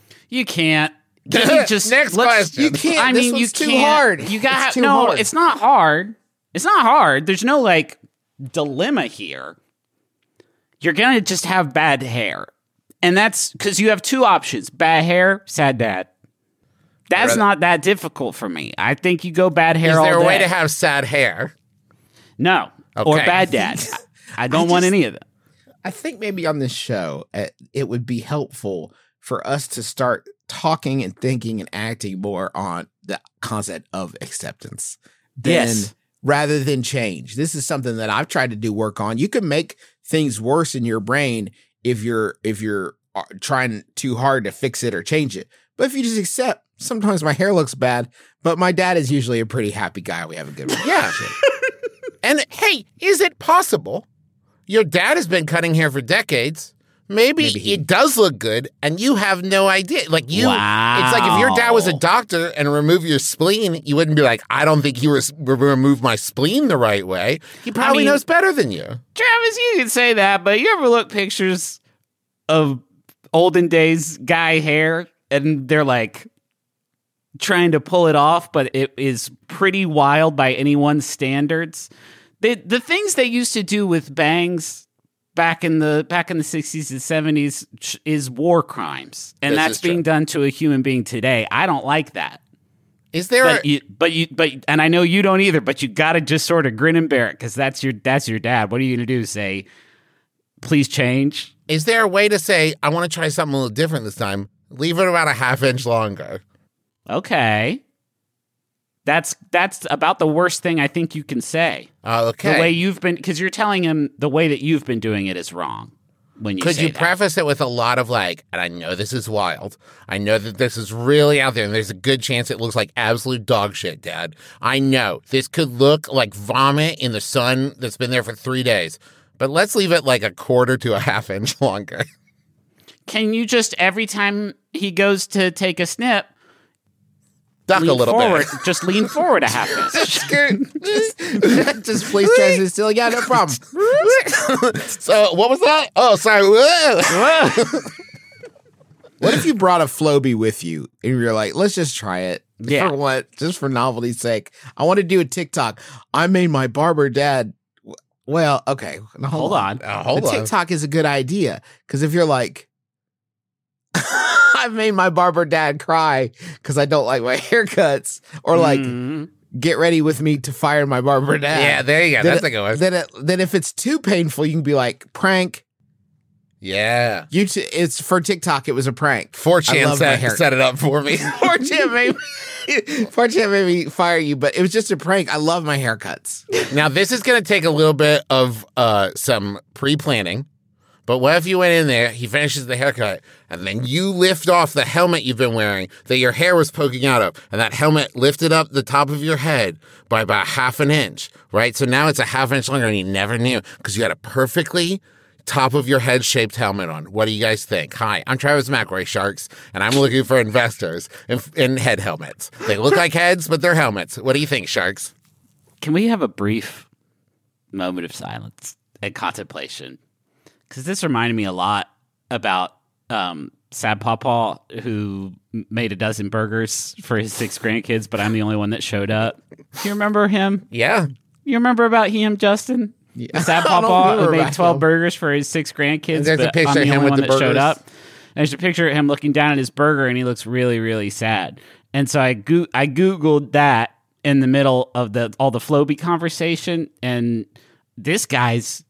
A: You can't. Can you just
C: Next question.
B: You can't.
A: I
B: this
A: mean,
B: one's
A: you
B: too
A: can't.
B: hard.
A: You got
B: It's too
A: no.
B: hard.
A: It's not hard. It's not hard. There's no like dilemma here. You're gonna just have bad hair, and that's because you have two options: bad hair, sad dad. That's
C: Rather-
A: not that difficult for me. I think you go bad hair
C: Is there a
A: all day.
C: way to have sad hair?
A: no, or
C: Okay.
A: bad dad. I don't want any of them.
B: I think maybe on this show, uh, it would be helpful for us to start talking and thinking and acting more on the concept of acceptance. than-
A: Yes.
B: Rather than change. This is something that I've tried to do work on. You can make things worse in your brain if you're if you're uh, trying too hard to fix it or change it. But if you just accept, sometimes my hair looks bad, but my dad is usually a pretty happy guy. We have a good
C: Yeah.
B: relationship.
C: and hey, is it possible? Your dad has been cutting hair for decades. Maybe,
B: Maybe he-
C: it does look good and you have no idea. Like you it's like if your dad was a
A: Wow.
C: doctor and removed your spleen, you wouldn't be like, I don't think you res- re- removed my spleen the right way. He probably
A: mean-
C: knows better than you.
A: Travis, you can say that, but you ever look pictures of olden days guy hair and they're like trying to pull it off, but it is pretty wild by anyone's standards. The the things they used to do with bangs back in the back in the 60s and 70s sh- is war crimes. And
C: This
A: that's
C: is true.
A: being done to a human being today. I don't like that.
C: Is there
A: But
C: a-
A: you, but you, but and I know you don't either. But you got to just sort of grin and bear it because that's your that's your dad. What are you gonna do? Say, please change.
C: is there a way to say I want to try something a little different this time? Leave it about a half inch longer.
A: Okay, that's that's about the worst thing I think you can say.
C: Oh, okay.
A: The way you've been because you're telling him the way that you've been doing it is wrong. When you
C: Could
A: say
C: you
A: that.
C: preface it with a lot of like, and I know this is wild. I know that this is really out there, and there's a good chance it looks like absolute dog shit, Dad. I know this could look like vomit in the sun that's been there for three days, but let's leave it like a quarter to a half inch longer.
A: Can you just every time he goes to take a snip,
C: Duck
A: lean
C: a little
A: forward, just lean forward a half inch?
C: bit.
B: Just please try to still. Yeah, no problem.
C: so, what was that? Oh, sorry. Whoa.
B: What if you brought a Floby with you and you're like, let's just try it? Just
A: Yeah.
B: For what? Just for novelty's sake. I want to do a TikTok. I made my barber dad. w- Well, okay. now
A: Hold on.
C: Uh, hold
B: the
C: on.
B: TikTok is a good idea because if you're like, I've made my barber dad cry because I don't like my haircuts, or like,
A: Mhm.
B: get ready with me to fire my barber dad.
C: Yeah, there you go.
B: Then
C: That's
B: it-
C: a good one.
B: Then, it, then if it's too painful, you can be like, prank.
C: Yeah.
B: You t- it's for TikTok. It was a prank.
C: 4chan
B: love my
C: set,
B: hair.
C: set it up for me.
B: 4chan made me, 4chan made me fire you, but it was just a prank. I love my haircuts.
C: Now this is going to take a little bit of uh, some pre-planning, but what if you went in there, he finishes the haircut, and then you lift off the helmet you've been wearing that your hair was poking out of, and that helmet lifted up the top of your head by about half an inch, right? So now it's a half inch longer, and you never knew because you had a perfectly top of your head shaped helmet on. What do you guys think? Hi, I'm Travis McRae Sharks, and I'm looking for investors in, in head helmets. They look like heads, but they're helmets. What do you think, Sharks?
A: Can we have a brief moment of silence and contemplation? Because this reminded me a lot about um, Sad Pawpaw, who m- made a dozen burgers for his six grandkids, but I'm the only one that showed up. You remember him?
C: Yeah.
A: You remember about him, Justin? The Sad Pawpaw who
B: remember
A: made
B: about
A: 12
B: him.
A: burgers for his six grandkids.
C: And there's a
A: but
C: picture
A: I'm the
C: of him
A: only
C: with
A: one
C: the
A: that showed
C: burgers.
A: up. And there's a picture of him looking down at his burger, and he looks really, really sad. And so I go- I googled that in the middle of the all the Floby conversation, and this guy's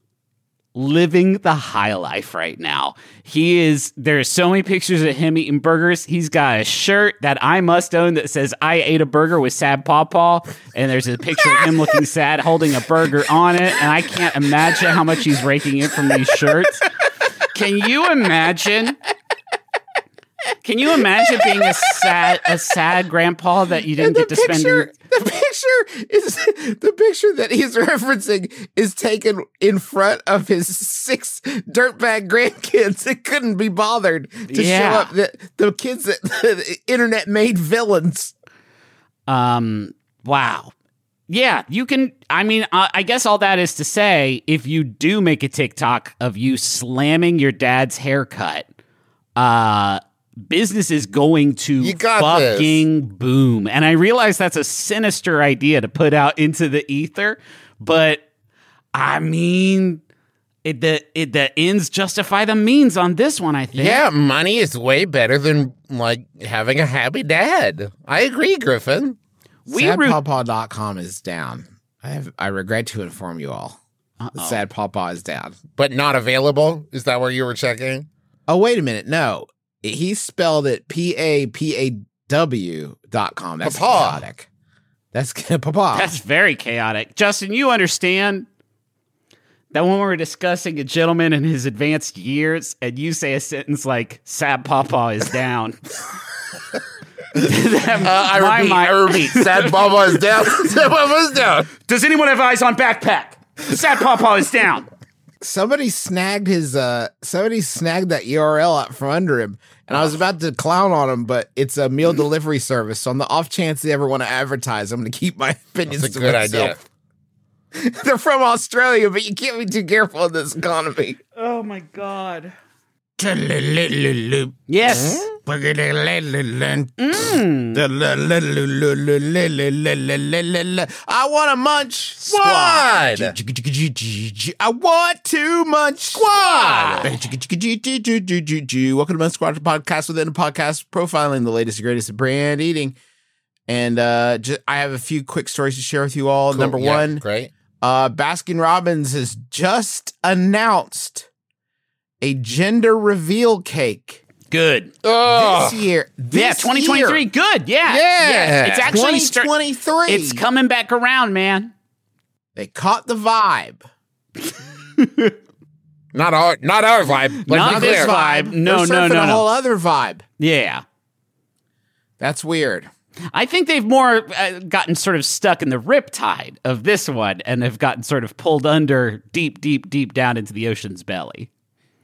A: living the high life right now. He is there are so many pictures of him eating burgers. He's got a shirt that I must own that says I ate a burger with sad pawpaw and there's a picture of him looking sad holding a burger on it and I can't imagine how much he's raking in from these shirts. Can you imagine? Can you imagine being a sad a sad grandpa that you didn't get to spend
B: Picture, the picture is the picture that he's referencing is taken in front of his six dirtbag grandkids that couldn't be bothered to
A: Yeah.
B: show up. The, the kids that the internet made villains.
A: Um, wow. Yeah, you can. I mean, I, I guess all that is to say, if you do make a TikTok of you slamming your dad's haircut, uh, business is going to
C: You got this.
A: fucking boom. And I realize that's a sinister idea to put out into the ether, but I mean, it, the it, the ends justify the means on this one. I think.
C: Yeah, money is way better than like having a happy dad. I agree, Griffin.
A: we root-
B: Sadpawpaw.com is down. I have, I regret to inform you all. Sad Pawpaw is down.
C: But not available? Is that where you were checking?
B: Oh, wait a minute. No, he spelled it P A P A W dot com. That's
C: Papa.
B: chaotic. That's papa.
A: That's very chaotic. Justin, you understand that when we're discussing a gentleman in his advanced years and you say a sentence like, Sad Papa is down.
C: Uh, I repeat, I repeat. Sad Baba is down. Sad Baba is down.
A: Does anyone have eyes on backpack? Sad Papa is down.
B: somebody snagged his uh somebody snagged that URL out from under him. And I was about to clown on him, but it's a
C: Hmm.
B: meal delivery service. So on the off chance they ever want to advertise, I'm gonna keep my opinions.
C: It's a
B: to
C: good
B: myself.
C: idea.
B: They're from Australia, but you can't be too careful in this economy.
A: Oh my God. Yes. Mm.
B: I want to munch
C: Squad.
B: I want to munch squad. Welcome to Munch Squad, a podcast within a podcast profiling the latest and greatest of brand eating.
C: And uh, just, I have a few quick stories to share with you all.
B: Cool.
C: Number
B: Yeah,
C: one,
B: great.
C: uh, Baskin Robbins has just announced a gender reveal cake
A: Good.
B: Oh,
C: this year. This
A: yeah, 2023.
C: year.
A: Good. Yeah.
C: Yeah.
A: It's actually start-
C: 2023.
A: It's coming back around, man.
C: they caught the vibe.
B: not our, not our vibe. Let's
A: Not
B: be
A: this
B: clear.
A: vibe.
C: They're
A: No, no,
C: surfing
A: no,
C: A
A: no.
C: whole other vibe.
A: Yeah.
C: That's weird.
A: I think they've more uh, gotten sort of stuck in the riptide of this one and have gotten sort of pulled under deep, deep, deep down into the ocean's belly.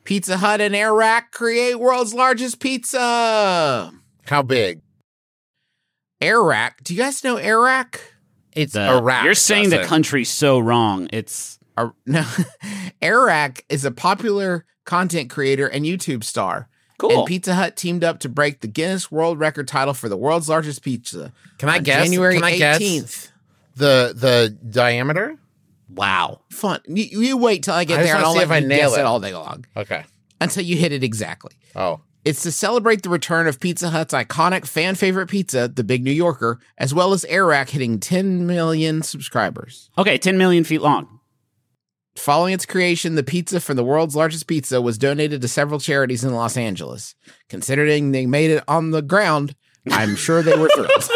C: Pizza Hut and Air Rack create world's largest pizza.
B: How big?
C: Air Rack. Do you guys know Air Rack?
B: It's
A: The-
B: a wrap.
A: Uh, You're saying the
B: doesn't-
A: country's so wrong. It's
C: Ar- no. Air Rack is a popular content creator and YouTube star.
A: Cool.
C: And Pizza Hut teamed up to break the Guinness World Record title for the world's largest pizza.
B: Can I
C: on
B: guess?
C: Uh, January
B: Can I guess?
C: 18th.
B: the the diameter.
A: wow.
C: Fun. You, you wait till I get
B: I just
C: there and
B: wanna
C: I'll
B: see
C: let
B: if I
C: you
B: nail
C: guess
B: it.
C: it all day long
B: Okay.
C: until you hit it exactly.
B: Oh,
C: It's to celebrate the return of Pizza Hut's iconic fan favorite pizza, the Big New Yorker, as well as Airac hitting 10 million subscribers.
A: Okay, 10 million feet long.
C: Following its creation, the pizza from the world's largest pizza was donated to several charities in Los Angeles. Considering they made it on the ground, I'm sure they were thrilled.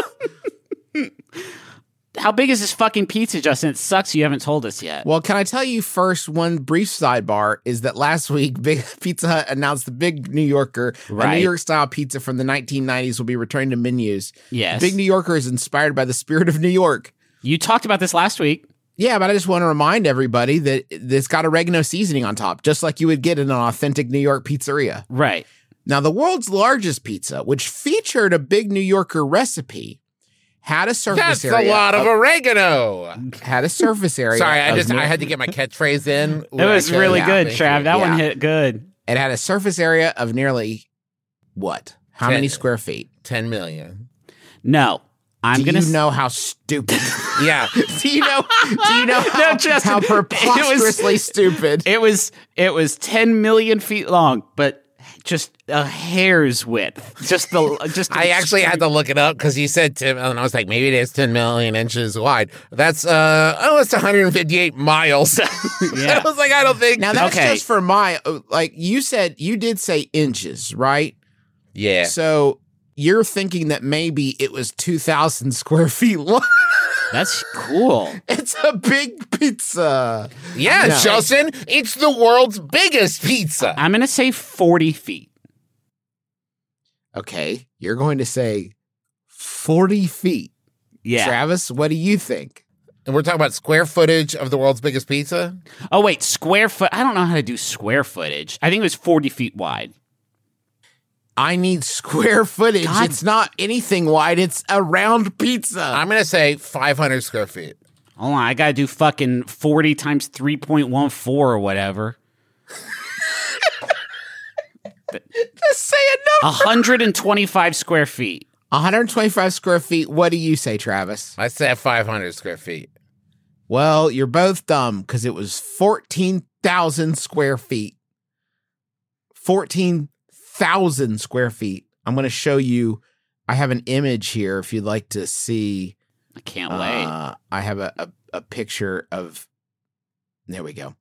A: How big is this fucking pizza, Justin? It sucks you haven't told us yet.
C: Well, can I tell you first one brief sidebar is that last week Big Pizza Hut announced the Big New Yorker, a
A: Right.
C: New York style pizza from the 1990s will be returning to menus.
A: yes.
C: Big New Yorker is inspired by the spirit of New York.
A: you talked about this last week.
C: Yeah, but I just want to remind everybody that it's got oregano seasoning on top, just like you would get in an authentic New York pizzeria.
A: Right.
C: Now, the world's largest pizza, which featured a big New Yorker recipe, had a surface
B: that's a
C: area.
B: lot of oregano.
C: had a surface area.
B: Sorry, I
C: of
B: just
C: mil-
B: I had to get my catchphrase in.
A: It was really good, Trav.
C: Yeah.
A: That one hit good.
C: it had a surface area of nearly what? How
B: Ten.
C: many square feet?
B: Ten million.
A: No. I'm
C: do
A: going
C: you
A: to
C: know how stupid?
B: Yeah.
C: do you know? Do you know how,
A: Justin,
C: how
A: it was-
C: preposterously stupid?
A: It was it was ten million feet long, but just a hair's width. Just the just. the-
B: I actually had to look it up because you said Tim, and I was like, maybe it is 10 million inches wide. That's uh, oh, it's 158 miles. I
A: Yeah.
B: was like, I don't think.
C: Now that's
A: Okay.
C: just for my uh, like you said you did say inches, right?
B: yeah,
C: So you're thinking that maybe it was 2000 square feet long.
A: That's cool.
C: it's a big pizza.
B: yeah,
C: No.
B: Justin, it's the world's biggest pizza.
A: I'm gonna say forty feet.
C: Okay, you're going to say 40 feet.
A: Yeah.
C: Travis, what do you think?
B: And we're talking about square footage of the world's biggest pizza.
A: Oh wait, square foot. I don't know how to do square footage. I think it was forty feet wide.
C: I need square footage.
A: God.
C: It's not anything wide. It's uh a round pizza.
B: I'm gonna say 500 square feet.
A: Hold on, I gotta do fucking forty times three point one four or whatever.
C: just saying no.
A: hundred and twenty five square feet.
C: 125 square feet. What do you say, Travis?
B: I said 500 square feet.
C: Well, you're both dumb because it was 14,000 square feet. 14,000 square feet. I'm going to show you. I have an image here if you'd like to see.
A: I can't wait.
C: Uh, I have a, a, a picture of. There we go.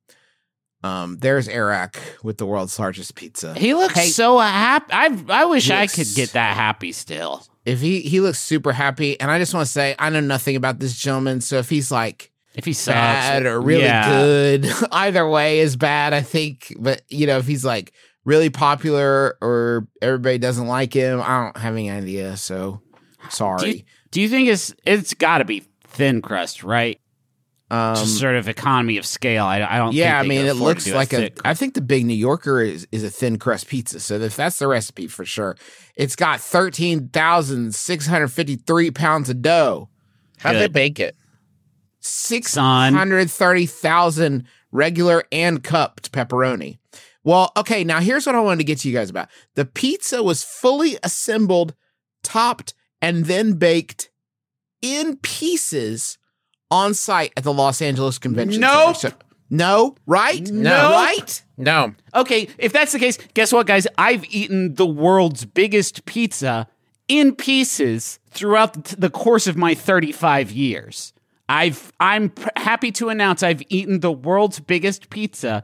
C: Um, there's Eric with the world's largest pizza.
A: He looks
C: hey.
A: so happy. I I wish I
C: Yes.
A: could get that happy still.
C: If he he looks super happy, and I just want to say I know nothing about this gentleman, so if he's like
A: If he sucks,
C: bad or really
A: yeah.
C: good. Either way is bad, I think. But you know, if he's like really popular or everybody doesn't like him, I don't have any idea. So
A: Do
C: sorry.
A: you, do you think it's it's got to be thin crust, right?
C: um,
A: Just sort of economy of scale. I, I don't.
C: yeah, I
A: think they
C: mean,
A: could
C: it
A: afford
C: looks
A: to do
C: like a. I
A: thick-
C: think the Big New Yorker is is a thin crust pizza. So if that's the recipe for sure, it's got thirteen thousand six hundred fifty three pounds of dough,
B: How'd they
A: Good.
B: bake it?
C: six hundred thirty thousand regular and cupped pepperoni. Well, okay, now here's what I wanted to get to you guys about. The pizza was fully assembled, topped, and then baked in pieces on site at the Los Angeles Convention
A: Nope.
C: Center. So- no, right?
B: No.
C: right?
B: No,
A: okay. If that's the case, guess what, guys? I've eaten the world's biggest pizza in pieces throughout the course of my 35 years. I've I'm pr- happy to announce I've eaten the world's biggest pizza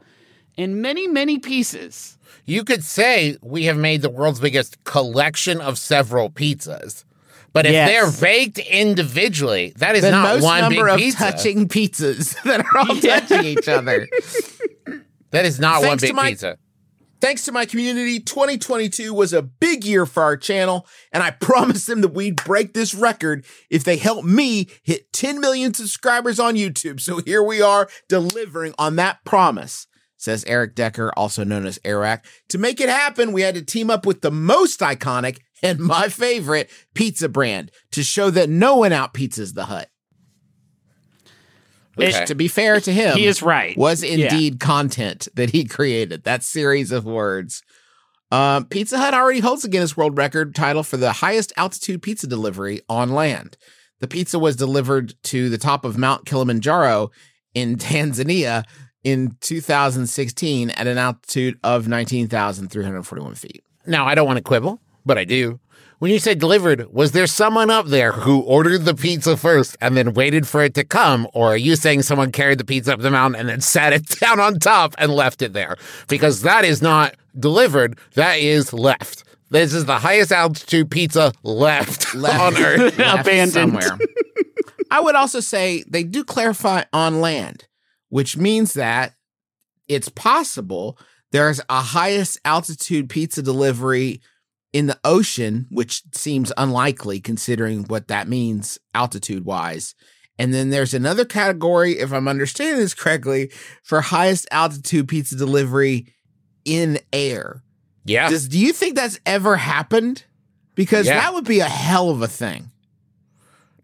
A: in many many pieces.
C: You could say we have made the world's biggest collection of several pizzas. But if
A: Yes.
C: they're baked individually, that is
B: the
C: not
B: most
C: one
B: number
C: big
B: of
C: pizza.
B: touching pizzas that are all touching each other.
C: that is not one
B: Thanks to
C: big
B: my-
C: pizza.
B: Thanks to my community, 2022 was a big year for our channel, and I promised them that we'd break this record if they help me hit 10 million subscribers on YouTube. So here we are delivering on that promise, says Eric Decker, also known as Eric. To make it happen, we had to team up with the most iconic and my favorite pizza brand to show that no one out pizzas the hut. Which,
C: Okay.
B: to be fair to him,
A: He is right.
B: was
A: Yeah.
B: indeed content that he created. That series of words. Um, pizza Hut already holds the Guinness World Record title for the highest altitude pizza delivery on land. The pizza was delivered to the top of Mount Kilimanjaro in Tanzania in 2016 at an altitude of 19,341 feet.
C: Now, I don't want to quibble, but I do. When you said delivered, was there someone up there who ordered the pizza first and then waited for it to come? Or are you saying someone carried the pizza up the mountain and then sat it down on top and left it there? Because that is not delivered, that is left. This is the highest altitude pizza left, on earth.
B: Left
A: Abandoned.
B: I would also say they do clarify on land, which means that it's possible there's a highest altitude pizza delivery in the ocean, which seems unlikely considering what that means altitude wise. And then there's another category, if I'm understanding this correctly, for highest altitude pizza delivery in air.
C: Yeah.
B: Does, do you think that's ever happened? Because
C: Yeah.
B: that would be a hell of a thing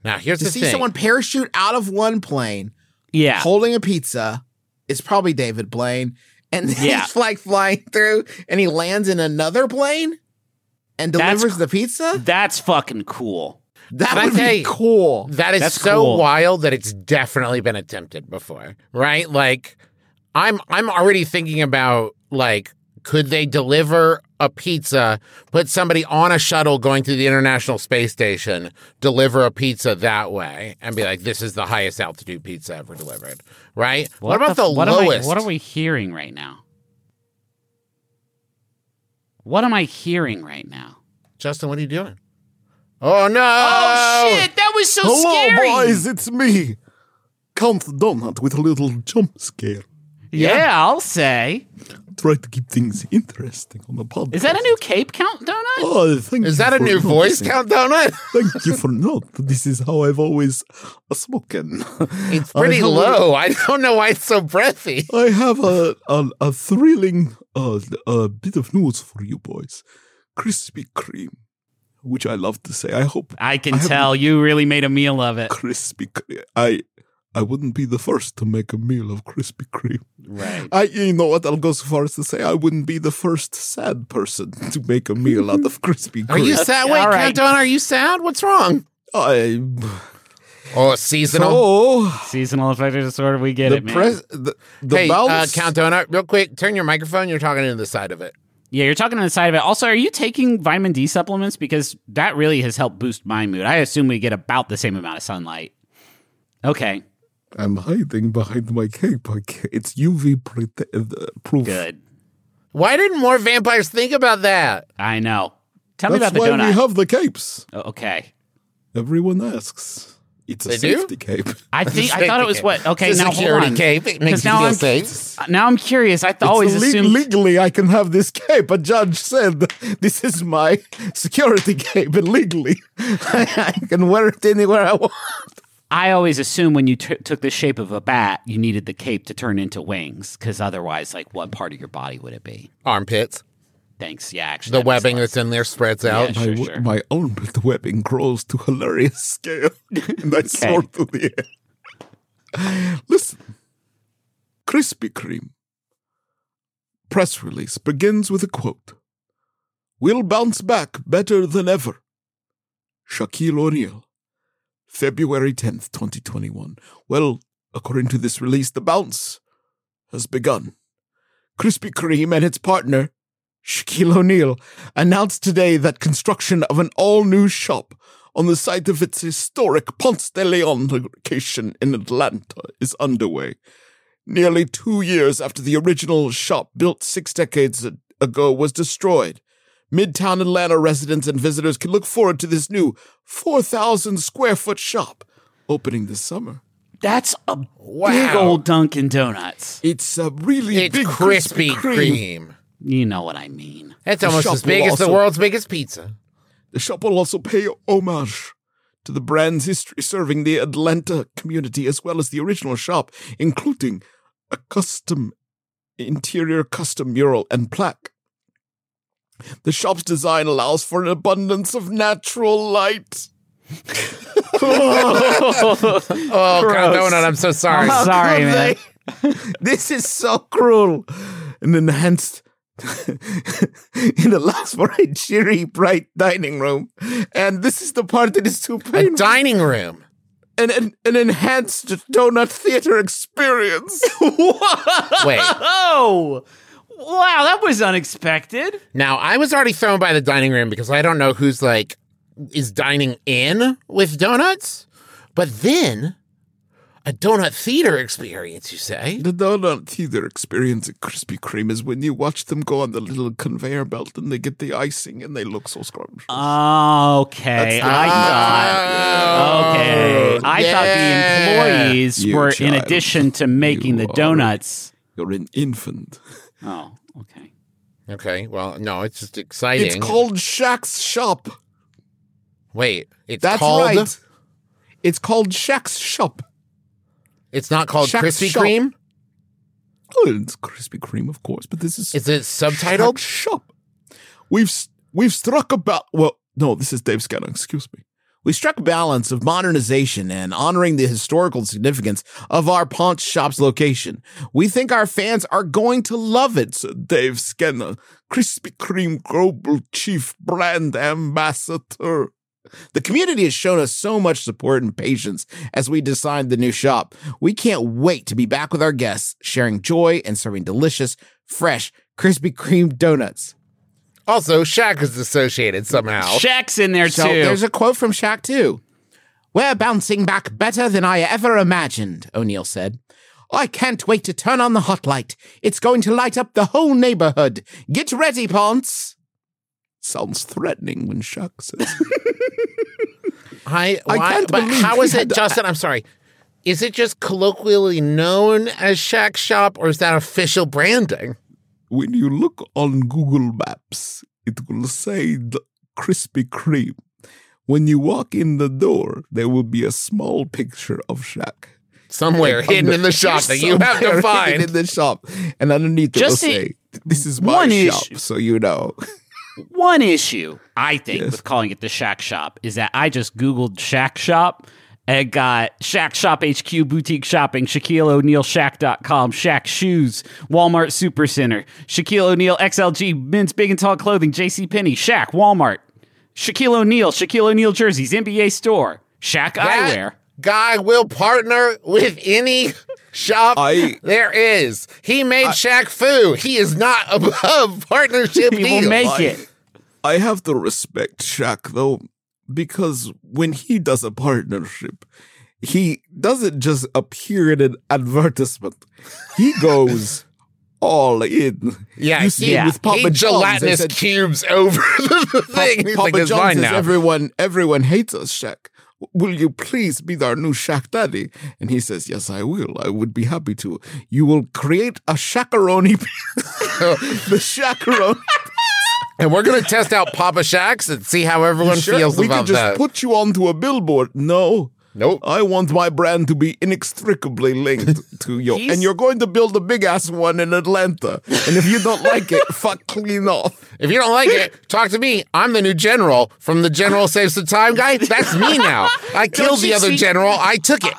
C: now, here's
B: to
C: the
B: see
C: thing.
B: someone parachute out of one plane
A: Yeah.
B: holding a pizza it's probably david blaine and
A: Yeah.
B: he's like flying through and he lands in another plane and
A: That's
B: delivers
A: cr-
B: the pizza
A: That's fucking cool.
B: that
C: I
B: would
C: tell
B: be
C: you-
B: cool
C: That is
A: That's
C: so
A: cool.
C: wild that it's definitely been attempted before, right? Like, I'm I'm already thinking about like, could they deliver a pizza, put somebody on a shuttle going through the International Space Station, deliver a pizza that way, and be like, this is the highest altitude pizza ever delivered, right? What, about the,
A: f- what am I-
C: lowest?
A: what are we hearing right now? What am I hearing right now?
C: Justin, what are you doing? Oh no!
A: Oh shit! That was so scary.
D: it's me. Count the donut with a little jump scare.
A: Yeah. I'll say.
D: Try to keep things interesting on the podcast.
A: Is that a new Cape Count donut?
D: Oh, thank
C: Is
D: you
C: that a
D: for
C: new voice
D: noticing.
C: count donut?
D: Thank you for not. This is how I've always spoken. Uh,
C: It's pretty
D: have a-
C: low. I don't know why it's so breathy.
D: I have a a, a thrilling uh, a bit of news for you boys. Krispy Kreme, which I love to say. I hope
A: I can
D: I have-
A: tell you really made a meal of it.
D: Krispy Kreme. I I wouldn't be the first to make a meal of Krispy Kreme.
A: Right.
D: I you know what? I'll go so far as to say I wouldn't be the first sad person to make a meal out of Krispy Kreme.
C: Are you sad? Wait,
A: All right.
C: Countdown, are you sad? What's wrong?
D: I,
C: Oh, seasonal.
D: so
A: Seasonal affective disorder. We get
D: the
A: it, man.
D: pres the, the
C: hey, uh,
D: Valve's-
C: Countdown, uh, real quick, turn your microphone. You're talking into the side of it.
A: yeah, you're talking on the side of it. Also, are you taking vitamin D supplements? Because that really has helped boost my mood. I assume we get about the same amount of sunlight. Okay.
D: I'm hiding behind my cape. I ca- It's UV prote- uh, proof.
A: Good.
C: Why didn't more vampires think about that?
A: I know. Tell
D: That's
A: me
D: why
A: about the donut.
D: we have the capes.
A: Oh, okay.
D: Everyone asks. It's a
C: They do?
D: safety cape.
A: I think I thought it was what. Okay,
C: It's a
A: now hold
C: security
A: on.
C: cape. It makes
A: 'Cause
C: you
A: now
C: feel
A: I'm,
C: safe.
A: Now I'm curious. I th-
D: It's
A: always
D: le-
A: assumed.
D: legally I can have this cape. A judge said this is my security cape, and legally I can wear it anywhere I want.
A: I always assume when you t- took the shape of a bat, you needed the cape to turn into wings, because otherwise, like, what part of your body would it be?
C: Armpits.
A: Thanks. Yeah, actually,
C: The
A: that makes
C: webbing
A: sense.
C: that's in there spreads out.
A: Yeah, sure,
D: my,
A: sure.
D: my own bit webbing grows to hilarious scale, and I soar to the air. Listen, Krispy Kreme press release begins with a quote: "We'll bounce back better than ever." Shaquille O'Neal, February tenth, twenty twenty-one. Well, according to this release, the bounce has begun. Krispy Kreme and its partner,
B: Shaquille O'Neal announced today that construction of an all new shop on the site of its historic Ponce de Leon location in Atlanta is underway. Nearly two years after the original shop built six decades a- ago was destroyed, Midtown Atlanta residents and visitors can look forward to this new 4,000 square foot shop opening this summer.
A: That's a big old Dunkin' Donuts.
B: It's a really
C: It's
B: big
C: Krispy Kreme.
A: You know what I mean.
C: That's
B: The
C: almost
B: shop
C: as big
B: will
C: as the
B: also-
C: world's biggest pizza.
B: The shop will also pay homage to the brand's history serving the Atlanta community as well as the original shop, including a custom interior custom mural and plaque. The shop's design allows for an abundance of natural light.
C: Oh, God,
A: Gross. Oh,
C: Donut, I'm so sorry.
A: I'm sorry, man.
B: This is so cruel and enhanced. it allows for a cheery, bright dining room. And this is the part that is too
C: A
B: painful.
C: dining room.
B: an, an, an enhanced donut theater experience.
C: Wait.
A: Oh, wow, that was unexpected.
C: Now, I was already thrown by the dining room because I don't know who's like is dining in with donuts. But then a donut theater experience, you say?
B: the donut theater experience at Krispy Kreme is when you watch them go on the little conveyor belt and they get the icing and they look so scrumptious.
A: Okay, I thought. Okay, I thought the
C: yeah.
A: employees
B: You
A: were in
B: child.
A: addition to making
B: You
A: the
B: are-
A: donuts.
B: You're an infant.
A: Oh, okay.
C: Okay, well, no, it's just exciting.
B: It's called Shaq's Shop.
C: Wait, it's
B: That's
C: called
B: right. It's called Shaq's Shop.
C: It's not called
B: Shaq's
C: Krispy
B: Shop.
C: Kreme?
B: Oh, it's Krispy Kreme, of course, but this is
C: Is it subtitled?
B: Shaq's Shop. We've s- we've struck a bal Well, no, this is Dave Scanlon. Excuse me.
D: We struck a balance of modernization and honoring the historical significance of our pawn shop's location. We think our fans are going to love it, said
B: Dave Scanner, Krispy Kreme Global Chief Brand Ambassador.
D: The community has shown us so much support and patience as we designed the new shop. We can't wait to be back with our guests, sharing joy and serving delicious, fresh Krispy Kreme donuts.
C: Also, Shaq is associated somehow.
A: Shaq's in there
D: So
A: too.
D: there's a quote from Shaq, too. We're bouncing back better than I ever imagined, O'Neill said. I can't wait to turn on the hot light. It's going to light up the whole neighborhood. Get ready, Ponce.
B: Sounds threatening when Shaq says.
C: I, why,
B: can't
C: but
B: believe
C: how
B: you
C: is it,
B: had-
C: Justin? I'm sorry. Is it just colloquially known as Shack Shop, or is that official branding?
B: when you look on Google Maps, it will say the Krispy Kreme. When you walk in the door, there will be a small picture of Shaq.
C: Somewhere hidden in the shop that you
B: Somewhere
C: have to
B: hidden
C: find.
B: in the shop, and underneath it will
A: Just
B: say,
A: a-
B: "This is my
A: one
B: shop,"
A: issue.
B: so you know.
A: One issue I think with calling it the Shack Shop is that I just googled Shack Shop and got Shack Shop HQ boutique shopping, Shaquille O'Neal Shack.com, Shack Shoes, Walmart Supercenter, Shaquille O'Neal XLG Men's Big and Tall Clothing, JC Penney, Shack Walmart, Shaquille O'Neal, Shaquille O'Neal jerseys, NBA store, Shack Eyewear.
C: That guy will partner with any shop
B: I-
C: there is. He made Shack Fu. He is not above partnership
A: He will
C: deals.
A: make it.
B: I have to respect Shaq though, because when he does a partnership, he doesn't just appear in an advertisement. He goes all in.
C: Yeah,
B: you see
C: he,
B: it with Papa
C: he
B: John's. they
C: gelatinous
B: said,
C: cubes over the thing. and He's
B: Papa
C: like, it's
B: John
C: mine
B: says
C: now.
B: everyone everyone hates us, Shaq. Will you please be our new Shaq Daddy? And he says, Yes, I will. I would be happy to. You will create a shakaroni the shakaroni
C: And we're gonna test out Papa Shacks and see how everyone
B: Sure,
C: feels
B: we
C: about
B: can just
C: that.
B: put you onto a billboard. No.
C: Nope.
B: I want my brand to be inextricably linked to your
A: He's-
B: and you're going to build a big ass one in Atlanta. And if you don't like it, fuck clean off.
C: if you don't like it, talk to me. I'm the new general from the General Saves the Time guy. That's me now. I killed the
A: you
C: other
A: see- Uh,
C: general. I took it.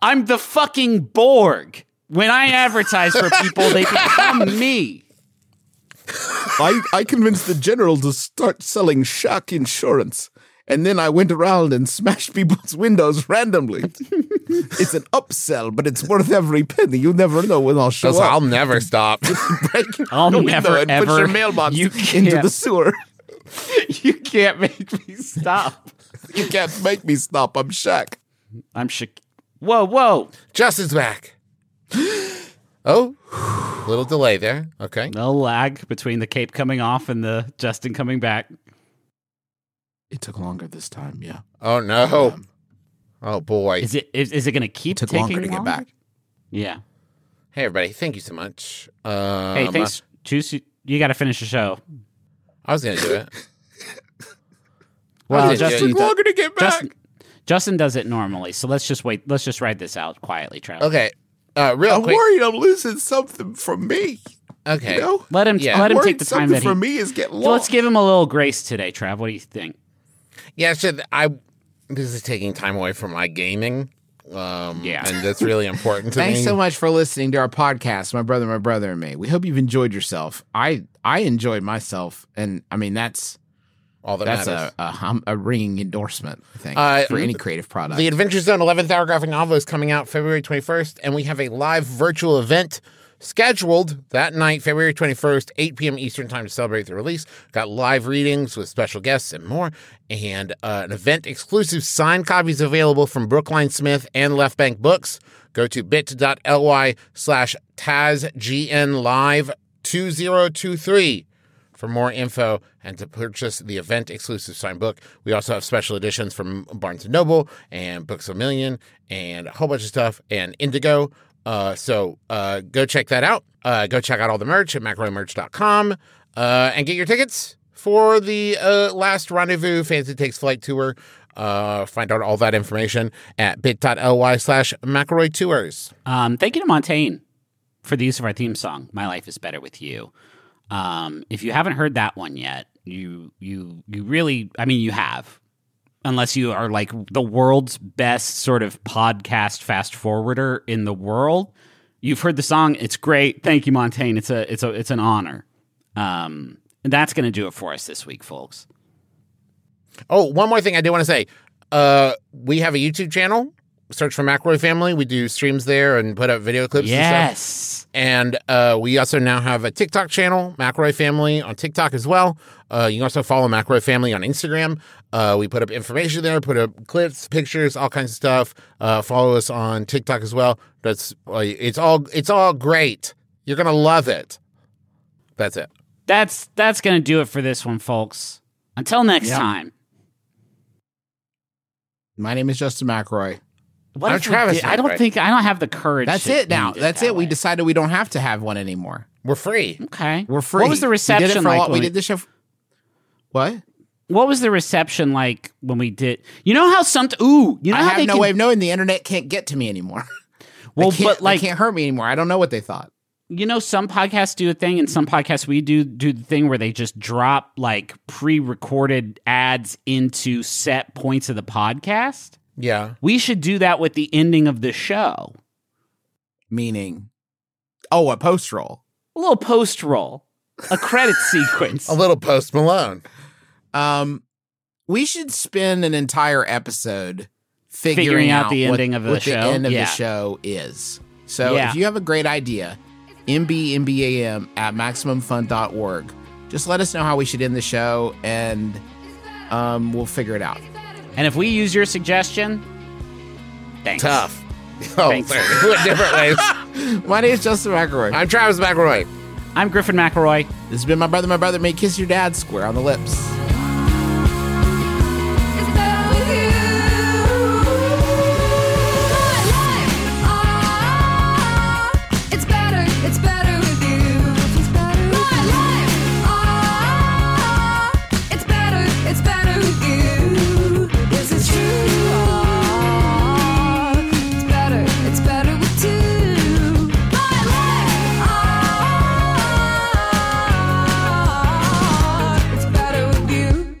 A: I'm the fucking Borg. When I advertise for people, they become me.
B: I, I convinced the general to start selling shock insurance. And then I went around and smashed people's windows randomly. it's an upsell, but it's worth every penny. You never know when I'll show
C: Goes,
B: up.
C: I'll never stop.
B: break
A: I'll
B: the
A: never,
B: window and
A: ever-
B: put your mailbox
A: you
B: into the
A: can't.
B: sewer.
A: you can't make me stop.
B: You can't make me stop. I'm Shaq.
A: I'm shook. Whoa, whoa.
C: Justin's back. Oh, little delay there. Okay.
A: No lag between the cape coming off and the Justin coming back.
B: It took longer this time. Yeah,
C: Oh no. Oh boy.
A: Um, Is it is, is it going to keep
B: it took
A: taking
B: longer to get back.
A: Yeah.
C: Hey everybody, thank you so much.
B: Uh,
C: Um,
A: Hey, thanks. Juicy, you got to finish the show.
C: I was gonna do it.
A: Well,
C: did you-
A: Uh, Justin,
C: you
B: Longer to get back.
A: Justin, Justin does it normally, so let's just wait. Let's just ride this out quietly, Travis.
C: Okay. Uh, real
B: I'm
C: quick.
B: worried I'm losing something from me.
C: Okay.
B: You know,
A: Let him
C: Yeah.
A: let him
B: worried
A: take the time
B: something
A: that he.
B: from me is getting
A: So let's
B: lost.
A: give him a little grace today, Trav. What do you think?
C: Yeah, so th- I this is taking time away from my gaming. Um,
A: Yeah.
C: and that's really important to
D: Thanks
C: me.
D: so much for listening to our podcast, my brother, my brother, and me. We hope you've enjoyed yourself. I I enjoyed myself, and I mean that's
C: All that
D: that's
C: matters.
D: a a, hum, a ringing endorsement. I think
C: Uh,
D: for any creative product.
C: the Adventure Zone 11th Hour Graphic Novel is coming out February 21st, and we have a live virtual event scheduled that night, February 21st, 8 p.m. Eastern Time to celebrate the release. Got live readings with special guests and more, and uh, an event exclusive signed copies available from Brookline Smith and Left Bank Books. Go to bit.ly slash TazGNLive2023 for more info and to purchase the event exclusive signed book. We also have special editions from Barnes and Noble and Books a Million and a whole bunch of stuff and Indigo. Uh, so uh, go check that out. Uh, go check out all the merch at macaronimerch.com uh, and get your tickets for the uh, last rendezvous Fancy Takes Flight tour. Uh, find out all that information at bit.ly slash McElroy Tours.
A: Um, thank you to Montaigne for the use of our theme song, "My Life Is Better with You." Um, if you haven't heard that one yet, you you you really, I mean, you have, unless you are like the world's best sort of podcast fast forwarder in the world. You've heard the song; it's great. Thank you, Montaigne. It's a it's a it's an honor. Um, and that's going to do it for us this week, folks.
C: Oh, one more thing I did want to say. Uh, we have a YouTube channel. Search for McRoy Family. We do streams there and put up video clips and stuff.
A: Yes.
C: And uh, we also now have a TikTok channel, McRoy Family, on TikTok as well. Uh, you can also follow McRoy Family on Instagram. Uh, we put up information there, put up clips, pictures, all kinds of stuff. Uh, follow us on TikTok as well. That's uh, it's all it's all great. You're gonna love it. That's it.
A: That's that's going to do it for this one, folks. Until next
D: Yeah.
A: time.
D: my name is Justin McRoy.
A: What
C: I'm
A: if we
C: Travis
A: did- I don't
C: Knight,
A: think I don't have the courage.
D: That's
A: to
D: it now.
A: end
D: That's
A: that
D: it. We
A: way.
D: decided we don't have to have one anymore.
C: We're free.
A: okay.
D: We're free.
A: What was the
D: We did,
A: reception
D: it for a
A: like?
D: lot-
A: when
D: we
A: we-
D: did this show. f- What?
A: what was the reception like when we did? You know how some. Ooh, you know
D: I
A: how they
D: have no
A: can,
D: way of knowing. The internet can't get to me anymore.
A: Well,
D: They can't-
A: but like
D: they can't hurt me anymore. I don't know what they thought.
A: you know, some podcasts do a thing, and some podcasts we do do the thing where they just drop like pre-recorded ads into set points of the podcast.
C: Yeah.
A: We should do that with the ending of the show.
D: Meaning, oh, a post roll.
A: A little post roll, a credit
D: Oh,
A: sequence.
C: A little post Malone.
D: Um, we should spend an entire episode figuring,
A: Figuring out
D: out
A: the
D: what-
A: ending of the
D: what
A: show?
D: The end of
A: Yeah.
D: the show is. So
A: Yeah.
D: if you have a great idea, mbmbam at maximumfun.org. Just let us know how we should end the show, and um, we'll figure it out.
A: And if we use your suggestion, thanks.
C: Tough. Oh,
A: Thanks.
C: sorry. Do it different ways.
D: My name is Justin McElroy.
C: I'm Travis McElroy.
A: I'm Griffin McElroy.
D: This has been my brother, my brother. May kiss your dad square on the lips.
E: It's better with you. My life, ah, it's better, it's better with you. My life, ah, it's better, it's better with you. Is it true? Ah, it's better, it's better with two. My life, ah, it's better with you.